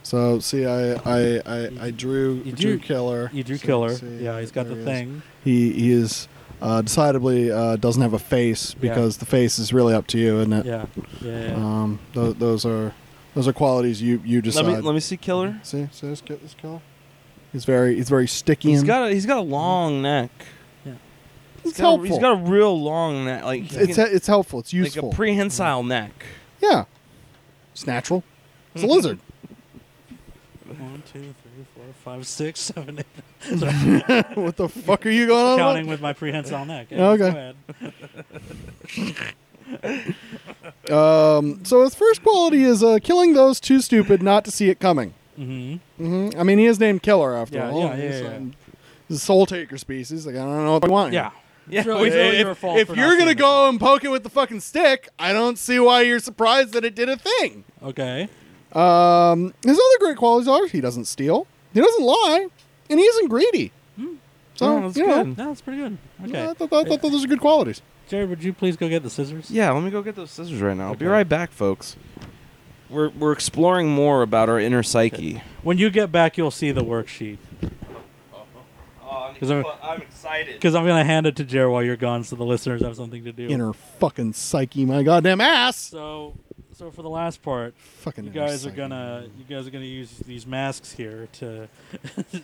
Speaker 2: so see, I I I, I drew,
Speaker 1: You
Speaker 2: drew
Speaker 1: drew-
Speaker 2: killer.
Speaker 1: you drew
Speaker 2: See-
Speaker 1: killer.
Speaker 2: see,
Speaker 1: yeah, he's got
Speaker 2: there
Speaker 1: the
Speaker 2: he is.
Speaker 1: thing.
Speaker 2: He he is uh, decidedly uh, doesn't have a face
Speaker 1: Yeah.
Speaker 2: because the face is really up to you, isn't it?
Speaker 1: Yeah. Yeah. yeah.
Speaker 2: Um, th- those are those are qualities you you decide.
Speaker 3: Let me let me see Killer.
Speaker 2: see see this, ki- this killer. He's very he's very sticky.
Speaker 3: He's
Speaker 2: and-
Speaker 3: got a he's got a long neck.
Speaker 2: it's
Speaker 3: He's got a-
Speaker 2: helpful.
Speaker 3: he's got a real long neck, like he
Speaker 2: it's
Speaker 3: can-
Speaker 2: it's helpful. It's
Speaker 3: like
Speaker 2: useful.
Speaker 3: a prehensile neck.
Speaker 2: yeah, it's natural. It's a lizard.
Speaker 1: One, two, three, four, five, six, seven, eight.
Speaker 2: what the fuck are you going on? about?
Speaker 1: Counting with my prehensile neck. Yeah,
Speaker 2: Oh, Okay.
Speaker 1: go ahead.
Speaker 2: Um, so his first quality is uh, killing those too stupid not to see it coming.
Speaker 1: Mhm.
Speaker 2: hmm I mean, he is named Killer after
Speaker 1: Yeah,
Speaker 2: all.
Speaker 1: yeah, yeah,
Speaker 2: He's,
Speaker 1: yeah.
Speaker 2: um, he's a soul taker species. Like I don't know what you want.
Speaker 3: Yeah.
Speaker 2: here.
Speaker 3: Yeah.
Speaker 1: Throw- It's really your
Speaker 2: if,
Speaker 1: fault
Speaker 2: if
Speaker 1: for not
Speaker 2: you're gonna
Speaker 1: seeing
Speaker 2: go and poke it with the fucking stick, I don't see why you're surprised that it did a thing.
Speaker 1: Okay.
Speaker 2: Um, his other great qualities are he doesn't steal, he doesn't lie, and he isn't greedy. So
Speaker 3: Oh, that's
Speaker 2: you know,
Speaker 3: good.
Speaker 1: No, Hmm. that's pretty good. Okay.
Speaker 2: yeah, I thought, I thought those are good qualities.
Speaker 1: Jared, would you please go get the scissors?
Speaker 3: Yeah, let me go get those scissors right now. I'll be
Speaker 1: Okay.
Speaker 3: right back, folks. We're we're exploring more about our inner psyche.
Speaker 1: When you get back, you'll see the worksheet.
Speaker 3: Oh,
Speaker 1: 'Cause I'm-
Speaker 3: excited.
Speaker 1: Because I'm going to hand it to Jared while you're gone so the listeners have something to do.
Speaker 2: Inner fucking psyche, my goddamn ass.
Speaker 1: So, so for the last part,
Speaker 2: Fucking
Speaker 1: you
Speaker 2: inner
Speaker 1: guys are
Speaker 2: psyche.
Speaker 1: gonna you guys are gonna use these masks here to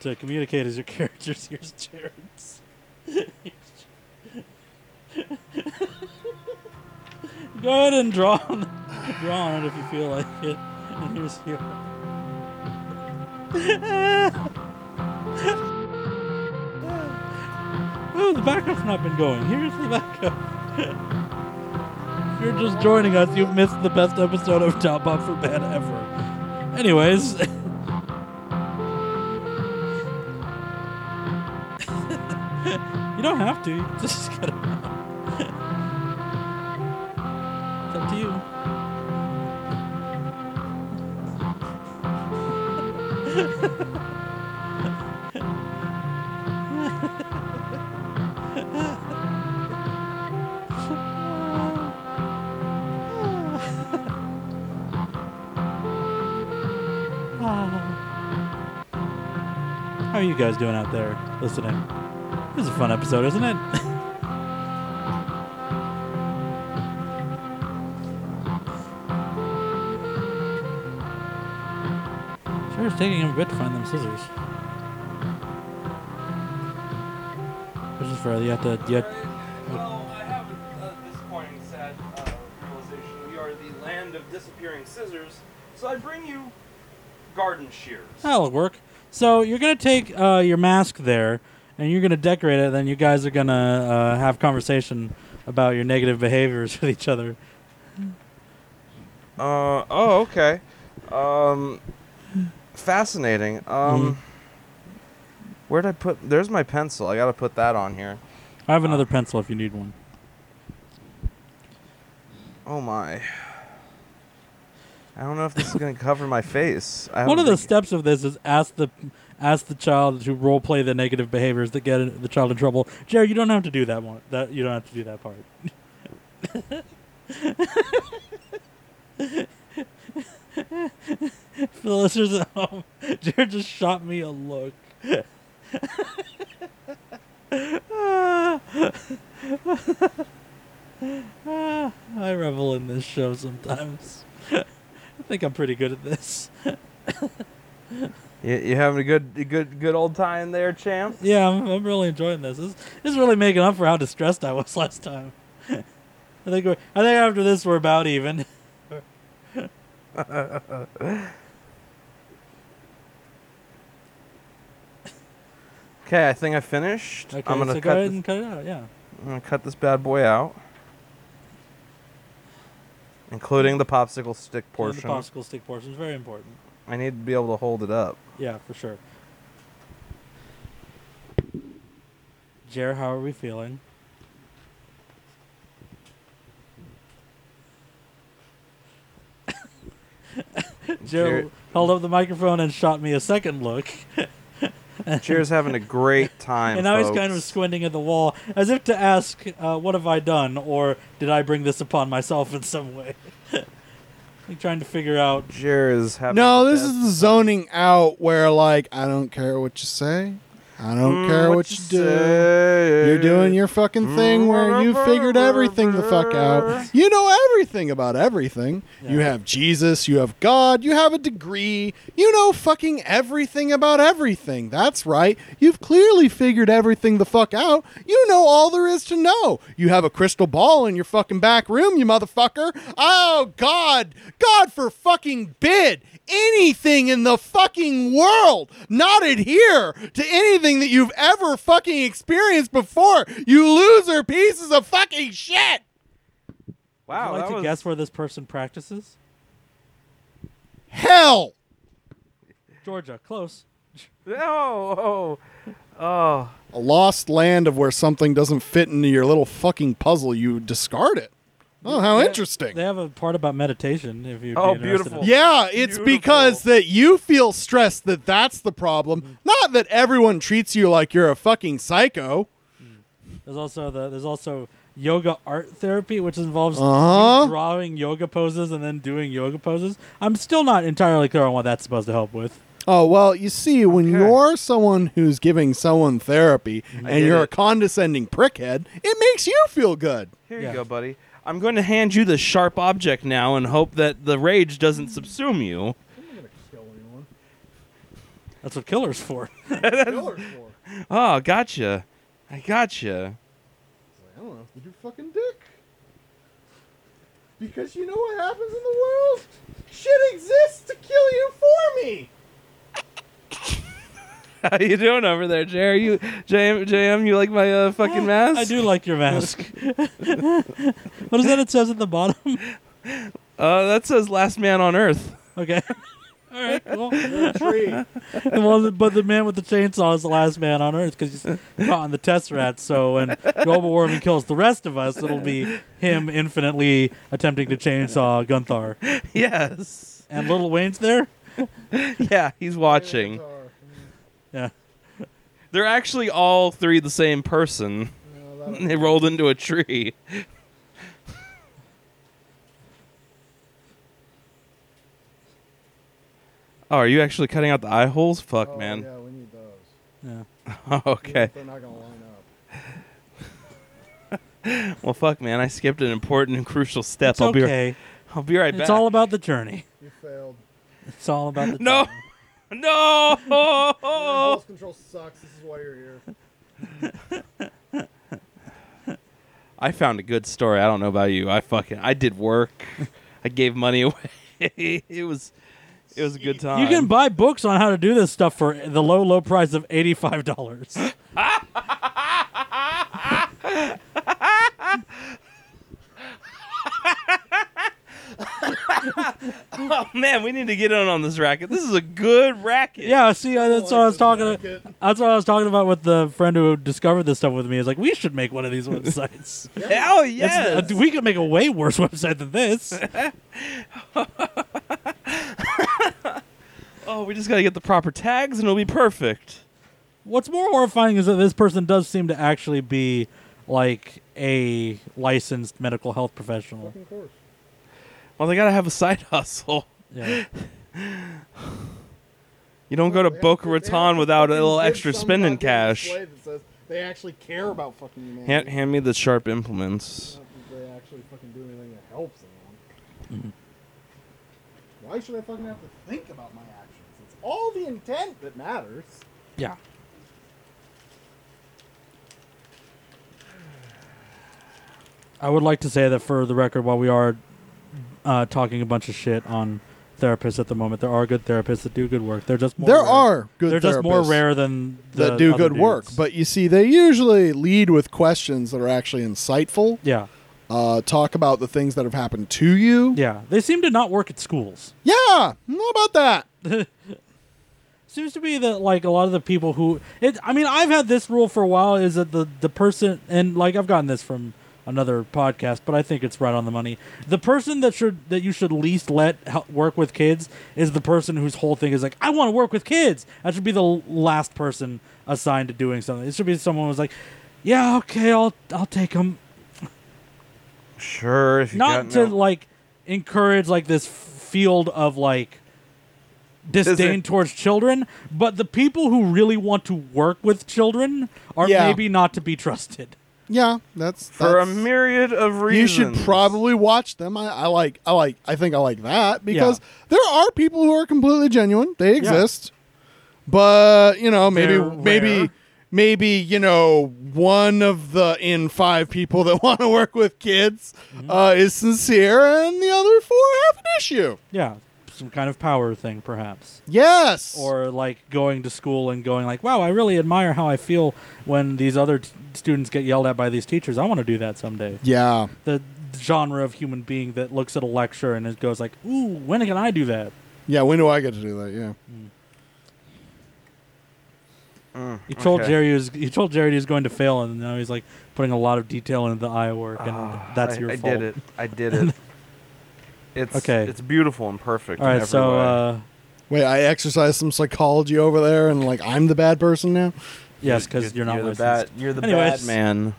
Speaker 1: to communicate as your characters. Here's Jared's. Go ahead and draw on, draw on it if you feel like it. And here's you. Oh, the backup's not been going. Here's the backup. If you're just joining us, you've missed the best episode of Top Up for Bad ever. Anyways. you don't have to. You just gotta. it's up to you. How are you guys doing out there listening? This is a fun episode, isn't it? it's taking him a bit to find them scissors. This is for you have to yet.
Speaker 3: Well, I have at this point sad uh, realization. We are the land of disappearing scissors, so I bring you garden shears.
Speaker 1: That'll work. So you're gonna take uh, your mask there, and you're gonna decorate it. Then you guys are gonna uh, have conversation about your negative behaviors with each other.
Speaker 4: Uh, oh, okay. Um, fascinating. Um, where'd I put? There's my pencil. I gotta put that on here.
Speaker 1: I have another pencil if you need one.
Speaker 4: Oh my. I don't know if this is gonna cover my face. I
Speaker 1: One of
Speaker 4: don't
Speaker 1: the
Speaker 4: think-
Speaker 1: steps of this is ask the ask the child to role play the negative behaviors that get the child in trouble. Jerry, you don't have to do that one. That you don't have to do that part. For the listeners at home, Jerry just shot me a look. Ah. Ah, I revel in this show sometimes. I think I'm pretty good at this.
Speaker 4: You, you having a good, a good, good old time there, champ?
Speaker 1: Yeah, I'm, I'm really enjoying this. this. This is really making up for how distressed I was last time. I think we're, I think after this we're about even.
Speaker 4: Okay, I think I finished.
Speaker 1: Okay,
Speaker 4: I'm gonna
Speaker 1: so go
Speaker 4: cut.
Speaker 1: ahead
Speaker 4: This,
Speaker 1: and cut it out. Yeah.
Speaker 4: I'm gonna cut this bad boy out, including the popsicle stick
Speaker 1: And
Speaker 4: portion.
Speaker 1: The popsicle stick portion is very important.
Speaker 4: I need to be able to hold it up.
Speaker 1: Yeah, for sure. Jer, how are we feeling? Jer
Speaker 4: Jer-
Speaker 1: held up the microphone and shot me a second look.
Speaker 4: Cheers, having a great time.
Speaker 1: and now he's
Speaker 4: folks.
Speaker 1: kind of squinting at the wall as if to ask, uh, "What have I done?" or "Did I bring this upon myself in some way?" like trying to figure out.
Speaker 4: Jer is having.
Speaker 2: No,
Speaker 4: the
Speaker 2: this
Speaker 4: best
Speaker 2: is the zoning out where like I don't care what you say. I don't
Speaker 1: Hmm,
Speaker 2: care what, you do.
Speaker 4: say.
Speaker 2: You're doing your fucking thing where you figured everything the fuck out. You know everything about everything. You
Speaker 1: Yeah.
Speaker 2: have Jesus, you have God, you have a degree. You know fucking everything about everything. That's right. You've clearly figured everything the fuck out. You know all there is to know. You have a crystal ball in your fucking back room, you motherfucker. Oh God, God for fucking bid anything in the fucking world not adhere to anything that you've ever fucking experienced before. You loser pieces of fucking shit.
Speaker 4: Wow,
Speaker 1: Would you like
Speaker 4: that
Speaker 1: to
Speaker 4: was,
Speaker 1: guess where this person practices?
Speaker 2: Hell.
Speaker 1: Georgia, close.
Speaker 4: Oh, oh, oh.
Speaker 2: A lost land of where something doesn't fit into your little fucking puzzle, you discard it. Oh, how interesting.
Speaker 1: They have a part about meditation. If you
Speaker 4: Oh, beautiful.
Speaker 2: Yeah, it's
Speaker 4: Beautiful.
Speaker 2: because that you feel stressed that that's the
Speaker 4: Mm.
Speaker 2: problem, not that everyone treats you like you're a fucking psycho.
Speaker 1: There's also the there's also yoga art therapy, which involves you
Speaker 2: Uh-huh.
Speaker 1: drawing yoga poses and then doing yoga poses. I'm still not entirely clear on what that's supposed to help with.
Speaker 2: Oh, well, you see, when
Speaker 4: Okay.
Speaker 2: you're someone who's giving someone therapy and
Speaker 4: get
Speaker 2: you're a
Speaker 4: it.
Speaker 2: condescending prickhead, it makes you feel good.
Speaker 4: Here
Speaker 1: Yeah.
Speaker 4: you go, buddy.
Speaker 3: I'm going to hand you the sharp object now and hope that the rage doesn't subsume you.
Speaker 1: That's what killer's for.
Speaker 3: Oh, gotcha. I gotcha.
Speaker 2: I don't know if your fucking dick. Because you know what happens in the world? Shit exists to kill you for me.
Speaker 3: How you doing over there, Jerry? You, JM, JM, you like my uh, fucking mask?
Speaker 1: I do like your mask. what is that it says at the bottom?
Speaker 3: Uh, that says "Last Man on Earth."
Speaker 1: Okay. All right, cool.
Speaker 2: Tree.
Speaker 1: well, but the man with the chainsaw is the last man on Earth because he's caught in the test rat. So when global warming kills the rest of us, it'll be him infinitely attempting to chainsaw Gunthar.
Speaker 3: yes.
Speaker 1: And Little Wayne's there?
Speaker 3: Yeah, he's watching.
Speaker 1: Yeah.
Speaker 3: They're actually all three the same person. They rolled into a tree. Oh, are you actually cutting out the eye holes? Fuck, man.
Speaker 2: oh, we need those.
Speaker 1: Yeah.
Speaker 3: okay.
Speaker 2: They're not gonna line up.
Speaker 3: Well, fuck, man. I skipped an important and crucial step.
Speaker 1: It's
Speaker 3: I'll be.
Speaker 1: okay.
Speaker 3: I'll be right back.
Speaker 1: it's all about the journey.
Speaker 2: You failed.
Speaker 1: It's all about the
Speaker 3: no.
Speaker 1: journey.
Speaker 3: No. Oh.
Speaker 2: Impulse control sucks. This is why you're here.
Speaker 3: I found a good story. I don't know about you. I fucking I did work. I gave money away. it was it was a good time.
Speaker 1: You can buy books on how to do this stuff for the low, low price of eighty-five dollars.
Speaker 3: Oh man, we need to get in on this racket. This is a good racket.
Speaker 1: yeah, see, uh, that's what I was talking.
Speaker 2: Like it.
Speaker 1: That's what I was talking about with the friend who discovered this stuff with me. Is like we should make one of these websites.
Speaker 3: Hell
Speaker 1: It's-
Speaker 3: yes.
Speaker 1: uh, we could make a way worse website than this.
Speaker 3: oh, we just gotta get the proper tags and it'll be perfect.
Speaker 1: What's more horrifying is that this person does seem to actually be like a licensed medical health professional.
Speaker 2: Of course.
Speaker 3: Well, they gotta have a side hustle.
Speaker 1: Yeah.
Speaker 3: You don't go to
Speaker 2: They have
Speaker 3: Boca
Speaker 2: they have
Speaker 3: Raton
Speaker 2: to
Speaker 3: without a
Speaker 2: fucking
Speaker 3: little
Speaker 2: give
Speaker 3: extra
Speaker 2: some
Speaker 3: spending
Speaker 2: goddamn
Speaker 3: cash.
Speaker 2: display that says They actually care about fucking humanity.
Speaker 3: Hand, hand me the sharp implements.
Speaker 2: Not that They actually fucking do anything that helps anyone.
Speaker 3: Mm-hmm.
Speaker 2: Why should I fucking have to think about my actions? It's all the intent that matters.
Speaker 1: Yeah. I would like to say that for the record, while we are uh, talking a bunch of shit on therapists at the moment, there are good therapists that do good work. They're just more
Speaker 2: there
Speaker 1: rare.
Speaker 2: are good
Speaker 1: They're just more
Speaker 2: therapists
Speaker 1: rare than the
Speaker 2: that do
Speaker 1: other
Speaker 2: good work,
Speaker 1: dudes.
Speaker 2: but you see, they usually lead with questions that are actually insightful.
Speaker 1: yeah,
Speaker 2: Uh, talk about the things that have happened to you.
Speaker 1: yeah, they seem to not work at schools.
Speaker 2: Yeah, know about that.
Speaker 1: seems to be that like a lot of the people who it i mean i've had this rule for a while is that the the person and like i've gotten this from another podcast but i think it's right on the money the person that should that you should least let hel- work with kids is the person whose whole thing is like i want to work with kids that should be the l- last person assigned to doing something it should be someone who's like yeah okay i'll i'll take them
Speaker 4: Sure, if you
Speaker 1: not
Speaker 4: got
Speaker 1: to
Speaker 4: no-
Speaker 1: like encourage like this f- field of like disdain
Speaker 4: it-
Speaker 1: towards children, but the people who really want to work with children are
Speaker 2: Yeah.
Speaker 1: maybe not to be trusted.
Speaker 2: Yeah, that's
Speaker 4: for a
Speaker 2: that's-
Speaker 4: myriad of
Speaker 2: You
Speaker 4: reasons.
Speaker 2: should probably watch them. I, I like, I like, I think I like that because there are people who are completely genuine. They exist, but you know, maybe,
Speaker 1: They're rare.
Speaker 2: maybe, maybe you know, one of the in five people that want to work with kids uh, is sincere, and the other four have an issue.
Speaker 1: Yeah, some kind of power thing, perhaps,
Speaker 2: Yes,
Speaker 1: or like going to school and going like, "Wow, I really admire how I feel when these other t- students get yelled at by these teachers. I want to do that someday."
Speaker 2: yeah,
Speaker 1: The genre of human being that looks at a lecture and it goes like, "Ooh, when can I do that?"
Speaker 2: yeah. When do I get to do that? Yeah.
Speaker 4: Mm,
Speaker 1: He told
Speaker 4: okay.
Speaker 1: Jerry he was he told Jared he was going to fail, and now he's like putting a lot of detail into the eye work, and
Speaker 4: Ah,
Speaker 1: that's
Speaker 4: I,
Speaker 1: your
Speaker 4: I
Speaker 1: fault.
Speaker 4: did it. I did it. It's
Speaker 1: Okay.
Speaker 4: It's beautiful and perfect.
Speaker 1: All right,
Speaker 4: in every
Speaker 1: so
Speaker 4: way.
Speaker 1: uh,
Speaker 2: Wait, I exercise some psychology over there, and like I'm the bad person now.
Speaker 1: yes, because you're not
Speaker 4: you're the bad.
Speaker 1: licensed.
Speaker 4: You're the
Speaker 1: Anyways.
Speaker 4: bad man.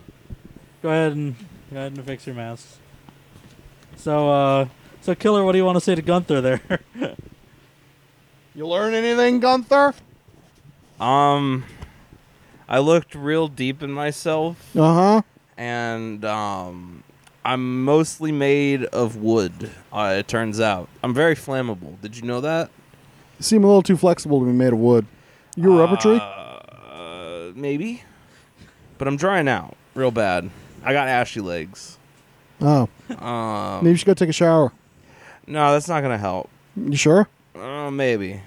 Speaker 1: Go ahead and go ahead and fix your masks. So, uh, so killer, what do you want to say to Gunther there?
Speaker 2: You learn anything, Gunther?
Speaker 3: Um, I looked real deep in myself,
Speaker 2: Uh huh.
Speaker 3: and um, I'm mostly made of wood. Uh, it turns out I'm very flammable. Did you know that?
Speaker 2: seem a little too flexible to be made of wood. You a rubber tree?
Speaker 3: Uh, maybe, but I'm drying out real bad. I got ashy legs.
Speaker 2: Oh,
Speaker 3: Um,
Speaker 2: maybe you should go take a shower.
Speaker 3: no, that's not gonna help.
Speaker 2: You sure?
Speaker 3: Uh, maybe.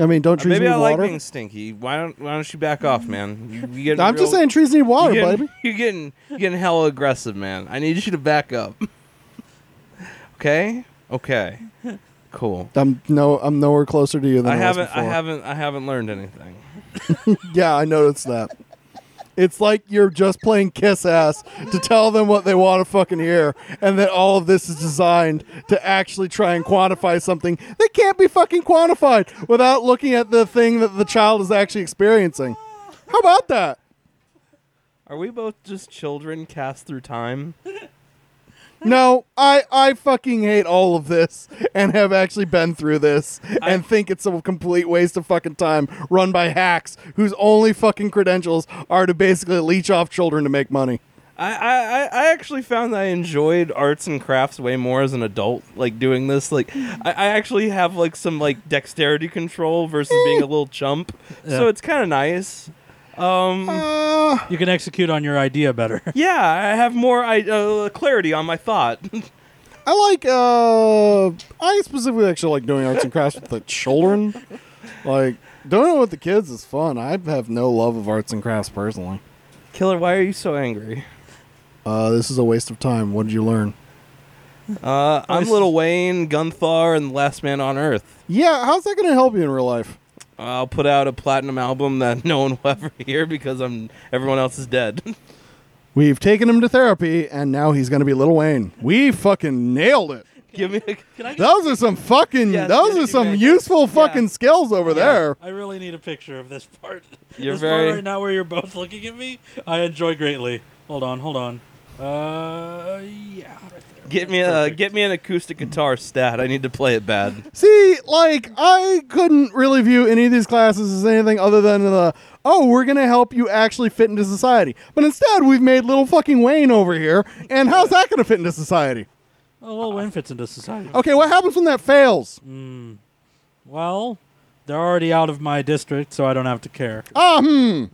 Speaker 2: I mean, don't
Speaker 3: Uh,
Speaker 2: trees
Speaker 3: maybe
Speaker 2: need
Speaker 3: I like
Speaker 2: water?
Speaker 3: being stinky. Why don't Why don't you back off, man? You, you getting
Speaker 2: I'm just
Speaker 3: real-
Speaker 2: saying trees need water,
Speaker 3: you're getting,
Speaker 2: baby.
Speaker 3: You're getting you're getting hella aggressive, man. I need you to back up. okay? Okay. Cool.
Speaker 2: I'm no, I'm nowhere closer to you than
Speaker 3: I
Speaker 2: I,
Speaker 3: haven't
Speaker 2: was
Speaker 3: I
Speaker 2: before.
Speaker 3: haven't I haven't learned anything.
Speaker 2: Yeah, I noticed that. It's like you're just playing kiss ass to tell them what they want to fucking hear, and that all of this is designed to actually try and quantify something that can't be fucking quantified without looking at the thing that the child is actually experiencing. How about that?
Speaker 3: Are we both just children cast through time?
Speaker 2: No, I I fucking hate all of this and have actually been through this and think it's a complete waste of fucking time run by hacks whose only fucking credentials are to basically leech off children to make money.
Speaker 3: I, I, I- I actually found that I enjoyed arts and crafts way more as an adult, like doing this. Like I, I actually have like some like dexterity control versus being a little chump. So
Speaker 1: Yeah.
Speaker 3: it's kinda nice. Um
Speaker 2: Uh,
Speaker 1: You can execute on your idea better.
Speaker 3: yeah, I have more I, uh, clarity on my thought.
Speaker 2: I like. Uh, I specifically actually like doing arts and crafts with the children. Like doing it with the kids is fun. I have no love of arts and crafts personally.
Speaker 3: Killer, why are you so angry?
Speaker 2: Uh, this is a waste of time. What did you learn?
Speaker 3: Uh, I'm Little Wayne, Gunthar, and Last Man on Earth.
Speaker 2: Yeah, how's that going to help you in real life?
Speaker 3: I'll put out a platinum album that no one will ever hear because I'm everyone else is dead.
Speaker 2: We've taken him to therapy, and now he's going to be Little Wayne. We fucking nailed it.
Speaker 3: Give me. A, can I?
Speaker 2: Those are some fucking.
Speaker 3: Yes,
Speaker 2: those
Speaker 3: yes,
Speaker 2: are some
Speaker 3: you may.
Speaker 2: useful fucking skills over there.
Speaker 1: I really need a picture of this part.
Speaker 3: You're
Speaker 1: this
Speaker 3: very-
Speaker 1: part right now where you're both looking at me. I enjoy greatly. Hold on, hold on. Uh, yeah. right there.
Speaker 3: Get me a. Get me an acoustic guitar stat. I need to play it bad.
Speaker 2: See, like I couldn't really view any of these classes as anything other than the oh, we're gonna help you actually fit into society. But instead, we've made little fucking Wayne over here, and how's that gonna fit into society?
Speaker 1: Oh
Speaker 4: Uh,
Speaker 1: well, Wayne fits into
Speaker 4: oh,
Speaker 1: society.
Speaker 2: Okay, what happens when that fails?
Speaker 1: Well, they're already out of my district, so I don't have to care.
Speaker 2: Ah, hmm.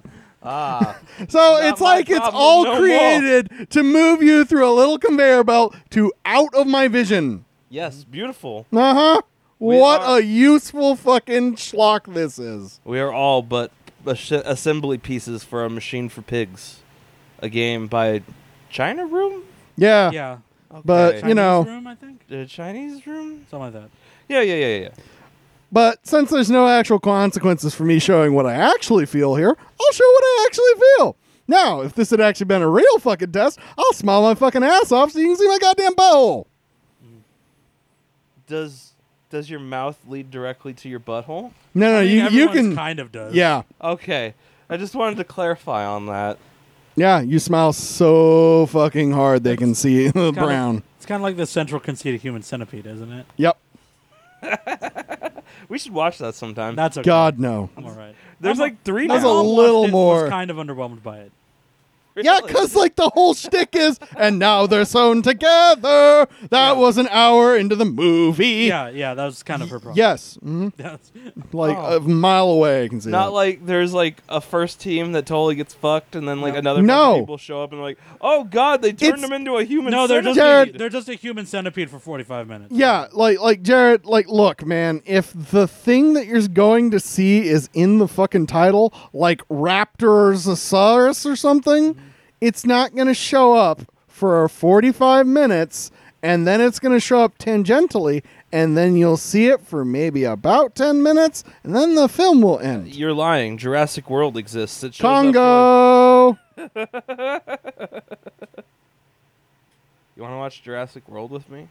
Speaker 4: Ah,
Speaker 2: So it's
Speaker 3: my
Speaker 2: like it's
Speaker 3: problem
Speaker 2: all
Speaker 3: no more.
Speaker 2: created to move you through a little conveyor belt to out of my vision.
Speaker 3: Yes, beautiful.
Speaker 2: Uh huh.
Speaker 3: We
Speaker 2: What
Speaker 3: are-
Speaker 2: a useful fucking schlock this is.
Speaker 3: We are all but as- assembly pieces for a machine for pigs, a game by China Room,
Speaker 2: Yeah.
Speaker 1: Yeah.
Speaker 2: But
Speaker 3: Okay.
Speaker 2: you know,
Speaker 1: Chinese room, I think.
Speaker 3: the Chinese Room.
Speaker 1: Something like that.
Speaker 3: Yeah, yeah, yeah, yeah.
Speaker 2: But since there's no actual consequences for me showing what I actually feel here, I'll show what I actually feel. Now, if this had actually been a real fucking test, I'll smile my fucking ass off so you can see my goddamn butthole.
Speaker 3: Does does your mouth lead directly to your butthole?
Speaker 2: No, no,
Speaker 1: I mean,
Speaker 2: you you
Speaker 1: everyone's
Speaker 2: can.
Speaker 1: kind of does.
Speaker 2: yeah,
Speaker 3: Okay. I just wanted to clarify on that.
Speaker 2: yeah, you smile so fucking hard they can see the
Speaker 1: Kinda-
Speaker 2: brown.
Speaker 1: it's kind of like the central conceit of Human Centipede, isn't it?
Speaker 2: Yep.
Speaker 3: We should watch that sometime.
Speaker 1: That's okay.
Speaker 2: God no.
Speaker 1: I'm all right.
Speaker 3: There's
Speaker 1: I'm
Speaker 3: like three
Speaker 2: That's a
Speaker 3: now.
Speaker 2: l- little
Speaker 1: I was
Speaker 2: more.
Speaker 1: kind of underwhelmed by it.
Speaker 2: Yeah,
Speaker 3: Really?
Speaker 2: cause like the whole shtick is, and now they're sewn together. That was an hour into the movie.
Speaker 1: Yeah, yeah, that was kind of her problem.
Speaker 2: Yes. mhm.
Speaker 1: That's-
Speaker 2: Like
Speaker 3: Oh.
Speaker 2: a mile away, I can see.
Speaker 3: not
Speaker 2: that.
Speaker 3: like there's like a first team that totally gets fucked and then like
Speaker 1: No.
Speaker 3: another
Speaker 2: No.
Speaker 3: bunch of people show up and they're like, "Oh god, they turned
Speaker 2: It's-
Speaker 3: him into a human."
Speaker 1: no, they're just
Speaker 2: Jared-
Speaker 1: a, they're just a human centipede for 45 minutes.
Speaker 2: Yeah, like like Jared, like look, man, if the thing that you're going to see is in the fucking title, like Raptorosaurus or something, it's not going to show up for 45 minutes and then it's going to show up tangentially and then you'll see it for maybe about 10 minutes and then the film will end.
Speaker 3: You're lying. Jurassic World exists. It shows up for, like-
Speaker 2: Congo.
Speaker 3: you want to watch Jurassic World with me?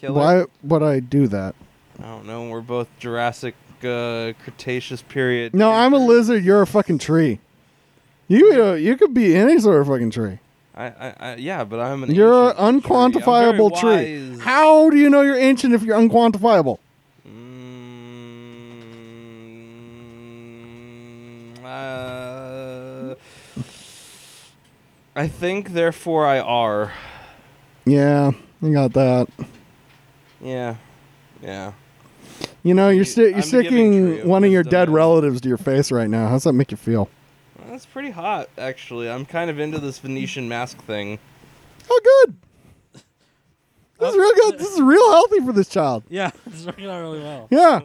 Speaker 3: Killer?
Speaker 2: Why would I do that?
Speaker 3: I don't know. We're both Jurassic uh, Cretaceous period.
Speaker 2: No, I'm a lizard, you're a fucking tree. You uh, you could be any sort of fucking tree.
Speaker 3: I, I, I yeah, but I'm an
Speaker 2: You're an
Speaker 3: ancient
Speaker 2: unquantifiable
Speaker 3: tree. I'm very
Speaker 2: tree.
Speaker 3: wise.
Speaker 2: How do you know you're ancient if you're unquantifiable?
Speaker 3: Mm, uh, I think, therefore, I are.
Speaker 2: Yeah, you got that.
Speaker 3: Yeah, yeah.
Speaker 2: You know, you're sti-
Speaker 3: I'm
Speaker 2: you're
Speaker 3: the giving tree
Speaker 2: sticking
Speaker 3: of
Speaker 2: one of your
Speaker 3: wisdom
Speaker 2: dead
Speaker 3: and-
Speaker 2: relatives to your face right now. How's that make you feel?
Speaker 3: Well, That's pretty hot, actually. I'm kind of into this Venetian mask thing.
Speaker 2: Oh, good. This is real good. This is real healthy for this child.
Speaker 1: yeah, it's working out really well.
Speaker 2: Yeah,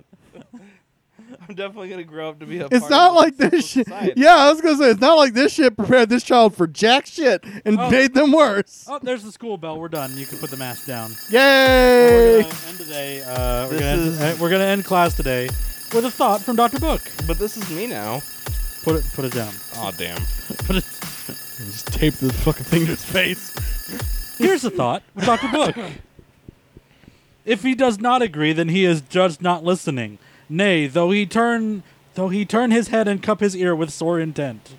Speaker 3: I'm definitely gonna grow up to be a.
Speaker 2: it's
Speaker 3: part
Speaker 2: not
Speaker 3: of
Speaker 2: like this
Speaker 3: civil
Speaker 2: shit.
Speaker 3: society.
Speaker 2: Yeah, I was gonna say it's not like this shit prepared this child for jack shit and
Speaker 1: Oh.
Speaker 2: made them worse.
Speaker 1: Oh, there's the school bell. We're done. You can put the mask down. We're
Speaker 3: Oh
Speaker 2: Yay!
Speaker 1: gonna end today. Uh, we're,
Speaker 3: This
Speaker 1: gonna end,
Speaker 3: is-
Speaker 1: uh, we're gonna end class today with a thought from Dr. Book.
Speaker 3: But this is me now.
Speaker 1: Put it, put it down.
Speaker 3: Aw, damn.
Speaker 1: Put it.
Speaker 2: Just tape the fucking thing to his face.
Speaker 1: Here's a thought with Dr. Book. If he does not agree, then he is judged not listening. Nay, though he turn though he turn his head and cup his ear with sore intent.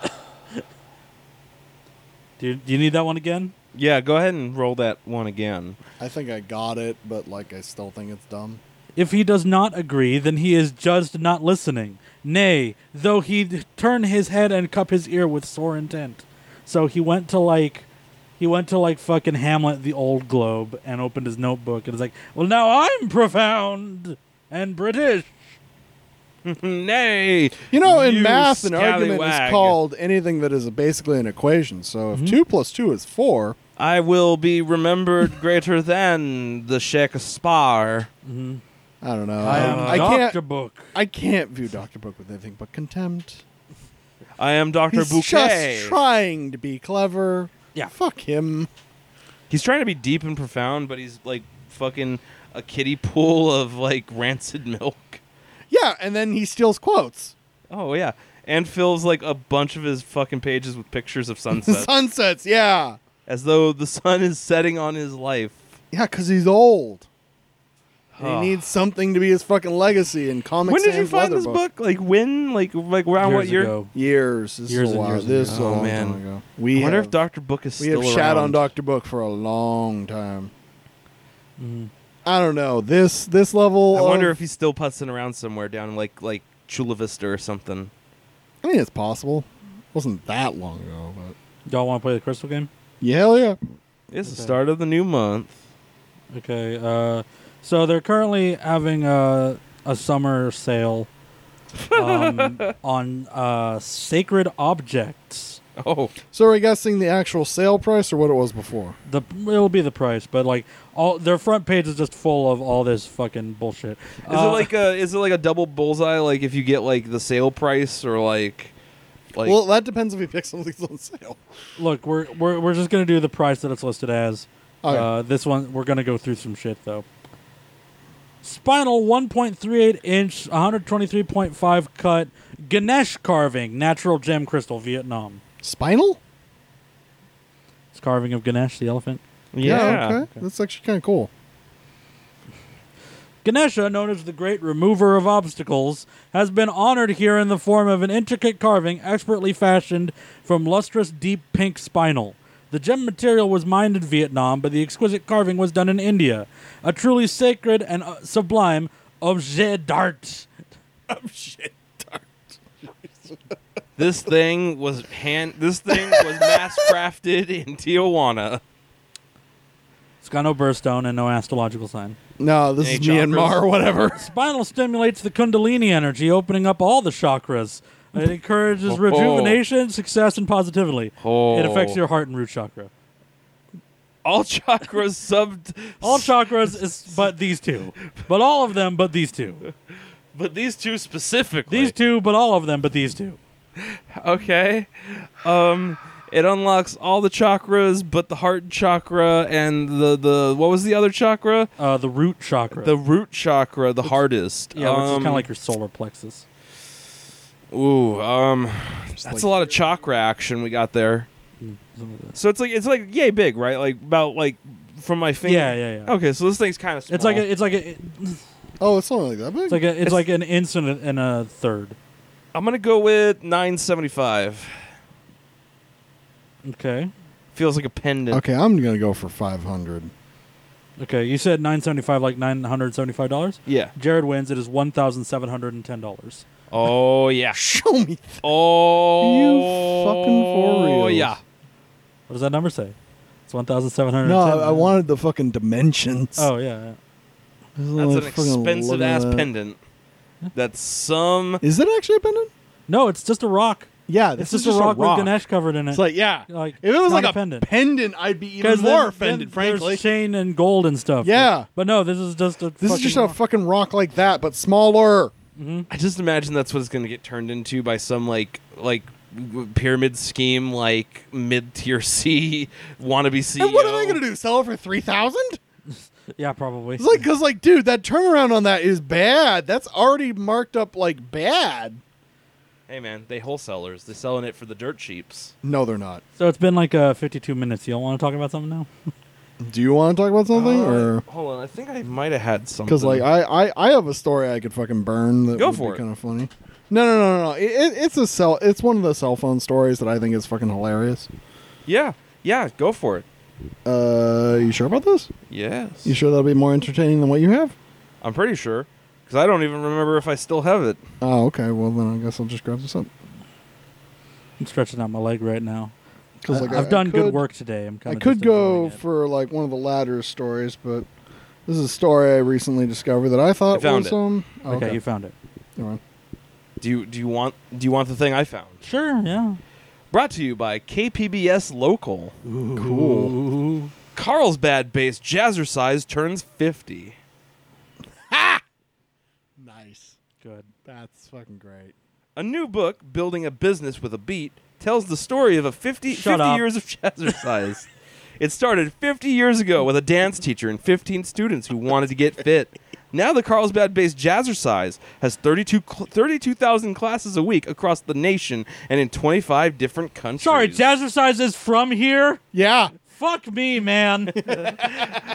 Speaker 1: do, you, do you need that one again?
Speaker 3: Yeah, go ahead and roll that one again.
Speaker 2: I think I got it, but like I still think it's dumb.
Speaker 1: If he does not agree, then he is judged not listening. Nay, though he d- turn his head and cup his ear with sore intent. So he went to like he went to like fucking Hamlet the Old Globe and opened his notebook and was like, "Well, now I'm profound and British."
Speaker 3: Nay.
Speaker 2: You know, in
Speaker 3: You
Speaker 2: math, an argument is
Speaker 3: scallywag.
Speaker 2: called anything that is basically an equation. So
Speaker 3: Mm-hmm.
Speaker 2: if two plus two is four,
Speaker 3: I will be remembered greater than the Shakespeare.
Speaker 2: I don't know. Um,
Speaker 1: I am a
Speaker 2: I
Speaker 1: doctor
Speaker 2: can't.
Speaker 1: book.
Speaker 2: I can't view Doctor Book with anything but contempt.
Speaker 3: I am Dr.
Speaker 2: He's
Speaker 3: Bouquet.
Speaker 2: just trying to be clever.
Speaker 1: Yeah.
Speaker 2: Fuck him.
Speaker 3: he's trying to be deep and profound, but he's like fucking a kiddie pool of like rancid milk.
Speaker 2: Yeah, and then he steals quotes.
Speaker 3: Oh, yeah. And fills like a bunch of his fucking pages with pictures of sunsets.
Speaker 2: Sunsets. Yeah.
Speaker 3: as though the sun is setting on his life.
Speaker 2: Yeah, because he's old. And
Speaker 3: Oh.
Speaker 2: He needs something to be his fucking legacy in comics.
Speaker 3: when did you
Speaker 2: Sans
Speaker 3: find
Speaker 2: leather
Speaker 3: this book? Like when? Like like around what
Speaker 1: Years
Speaker 3: year?
Speaker 1: ago.
Speaker 2: Years. This
Speaker 1: Years
Speaker 2: is
Speaker 1: and
Speaker 2: a while.
Speaker 1: years and
Speaker 2: this
Speaker 1: years.
Speaker 2: is a
Speaker 3: Oh,
Speaker 2: long
Speaker 3: man.
Speaker 2: time ago.
Speaker 3: I
Speaker 2: We
Speaker 3: wonder
Speaker 2: have,
Speaker 3: if Doctor Book is
Speaker 2: we
Speaker 3: still
Speaker 2: have shat on
Speaker 3: around.
Speaker 2: Doctor Book for a long time. I don't know this this level.
Speaker 3: Mm-hmm. I wonder
Speaker 2: of-
Speaker 3: if he's still putzing around somewhere down in, like like Chula Vista or something.
Speaker 2: I mean it's possible. wasn't that long ago, but
Speaker 1: Y'all want to play the crystal game?
Speaker 2: yeah, hell yeah.
Speaker 3: It's the
Speaker 1: Okay.
Speaker 3: start of the new month.
Speaker 1: Okay. Uh, so they're currently having a a summer sale um, on uh, sacred objects.
Speaker 3: Oh,
Speaker 2: So are we guessing the actual sale price or what it was before?
Speaker 1: The it'll be the price, but like all their front page is just full of all this fucking bullshit. Uh,
Speaker 3: is it like a is it like a double bullseye? Like if you get like the sale price or like like
Speaker 2: well, that depends if he picks something that's on sale.
Speaker 1: look, we're we're we're just gonna do the price that it's listed as.
Speaker 3: Oh,
Speaker 2: Okay.
Speaker 1: Uh, this one we're gonna go through some shit though. Spinal 1.38 inch, 123.5 cut, Ganesh carving, natural gem crystal, Vietnam.
Speaker 2: Spinal?
Speaker 1: It's carving of Ganesh, the elephant.
Speaker 3: yeah.
Speaker 2: okay. That's actually kind of cool.
Speaker 1: Ganesha, known as the Great Remover of Obstacles, has been honored here in the form of an intricate carving expertly fashioned from lustrous deep pink spinal. The gem material was mined in Vietnam, but the exquisite carving was done in India. A truly sacred and uh, sublime objet d'art.
Speaker 3: This thing was hand. This thing was mass crafted in Tijuana.
Speaker 1: It's got no birthstone and no astrological sign.
Speaker 2: No, this
Speaker 3: Any
Speaker 2: is Myanmar
Speaker 3: chakras?
Speaker 2: or whatever.
Speaker 1: Spinal stimulates the Kundalini energy, opening up all the chakras. It encourages rejuvenation, success, and positivity.
Speaker 3: Oh.
Speaker 1: It affects your heart and root chakra.
Speaker 3: All chakras sub.
Speaker 1: All chakras is but these two. But all of them but these two.
Speaker 3: but these two specifically.
Speaker 1: These two, but all of them but these two.
Speaker 3: Okay. Um it unlocks all the chakras but the heart chakra and the the what was the other chakra?
Speaker 1: Uh, the root chakra.
Speaker 3: The root chakra, the hardest.
Speaker 1: yeah, which is
Speaker 3: um,
Speaker 1: kind of like your solar plexus.
Speaker 3: Ooh, um
Speaker 2: Just
Speaker 3: that's
Speaker 2: like-
Speaker 3: a lot of chakra action we got there. So it's like it's like yay big, right? Like about like from my finger.
Speaker 1: Yeah, yeah, yeah.
Speaker 3: Okay, so this thing's kind of small.
Speaker 1: It's like a, it's like a,
Speaker 2: Oh, it's only like that big.
Speaker 1: it's like a, it's
Speaker 3: It's-
Speaker 1: like an incident and a third.
Speaker 3: I'm going to go with 975.
Speaker 1: Okay.
Speaker 3: Feels like a pendant.
Speaker 2: okay, I'm gonna go for five hundred.
Speaker 1: Okay. You said nine seventy five, like nine hundred seventy five dollars.
Speaker 3: Yeah.
Speaker 1: Jared wins. It is one thousand seven hundred and ten dollars.
Speaker 3: Oh yeah.
Speaker 2: Show me. th-
Speaker 3: Oh.
Speaker 2: fucking for reals.
Speaker 3: Yeah.
Speaker 1: What does that number say? It's one thousand seven hundred.
Speaker 2: no, I, I wanted the fucking dimensions.
Speaker 1: Oh yeah. yeah.
Speaker 2: Oh,
Speaker 3: That's an expensive ass pendant. That's some.
Speaker 2: Is it actually a pendant?
Speaker 1: No, it's just a rock.
Speaker 2: Yeah,
Speaker 1: It's
Speaker 2: this
Speaker 1: just,
Speaker 2: is
Speaker 1: a rock, with Ganesh covered in it.
Speaker 2: It's like yeah,
Speaker 1: Like,
Speaker 2: if it
Speaker 1: it's
Speaker 2: was
Speaker 1: not
Speaker 2: like
Speaker 1: a
Speaker 2: a,
Speaker 1: pendant.
Speaker 2: pendant. I'd be even more offended, frankly.
Speaker 1: There's chain and gold and stuff.
Speaker 2: Yeah.
Speaker 1: But, but no, this is just a.
Speaker 2: This is
Speaker 1: fucking
Speaker 2: just a
Speaker 1: rock.
Speaker 2: fucking rock like that, but smaller.
Speaker 3: I just imagine that's what it's going to get turned into by some like like w- pyramid scheme, like mid tier C wannabe E CEO.
Speaker 2: And what are they gonna do? Sell it for three thousand?
Speaker 1: yeah, probably.
Speaker 2: It's like, cause like, dude, that turnaround on that is bad. That's already marked up like bad.
Speaker 3: Hey man, they wholesalers. They're selling it for the dirt cheaps.
Speaker 2: No, they're not.
Speaker 1: so it's been like uh, 52 minutes. You don't want to talk about something now?
Speaker 2: Do you want to talk about something
Speaker 3: Uh,
Speaker 2: or?
Speaker 3: hold on, I think I might have had something.
Speaker 2: Because like I, I I have a story I could fucking burn that
Speaker 3: Go
Speaker 2: would
Speaker 3: for it.
Speaker 2: be kind of funny. No no no no no. It, it, it's a cell. It's one of the cell phone stories that I think is fucking hilarious.
Speaker 3: yeah, yeah, go for it.
Speaker 2: Uh, you sure about this?
Speaker 3: Yes,
Speaker 2: You sure that'll be more entertaining than what you have?
Speaker 3: I'm pretty sure because I don't even remember if I still have it.
Speaker 2: Oh okay. Well then I guess I'll just grab this up.
Speaker 1: I'm stretching out my leg right now.
Speaker 2: Because like I-
Speaker 1: I've
Speaker 2: I
Speaker 1: done good
Speaker 2: could-
Speaker 1: work today. I'm
Speaker 2: I
Speaker 1: kind of
Speaker 2: could go for like one of the latter stories, but this is a story I recently discovered that I thought
Speaker 3: I found
Speaker 2: was
Speaker 3: it.
Speaker 2: um. oh,
Speaker 1: Okay, you found it.
Speaker 2: Never mind.
Speaker 3: Do you do you want do you want the thing I found?
Speaker 1: Sure. Yeah.
Speaker 3: Brought to you by KPBS Local.
Speaker 1: Cool.
Speaker 3: Carlsbad-based Jazzercise turns 50.
Speaker 2: Nice.
Speaker 1: Good.
Speaker 2: That's fucking great.
Speaker 3: A new book, Building a Business with a Beat, tells the story of a 50,
Speaker 1: Shut
Speaker 3: 50
Speaker 1: up.
Speaker 3: years of jazzercise. it started 50 years ago with a dance teacher and 15 students who wanted to get fit. Now the Carlsbad-based Jazzercise has 32 cl- 32,000 classes a week across the nation and in 25 different countries.
Speaker 5: Sorry, Jazzercise is from here?
Speaker 2: Yeah.
Speaker 5: Fuck me, man.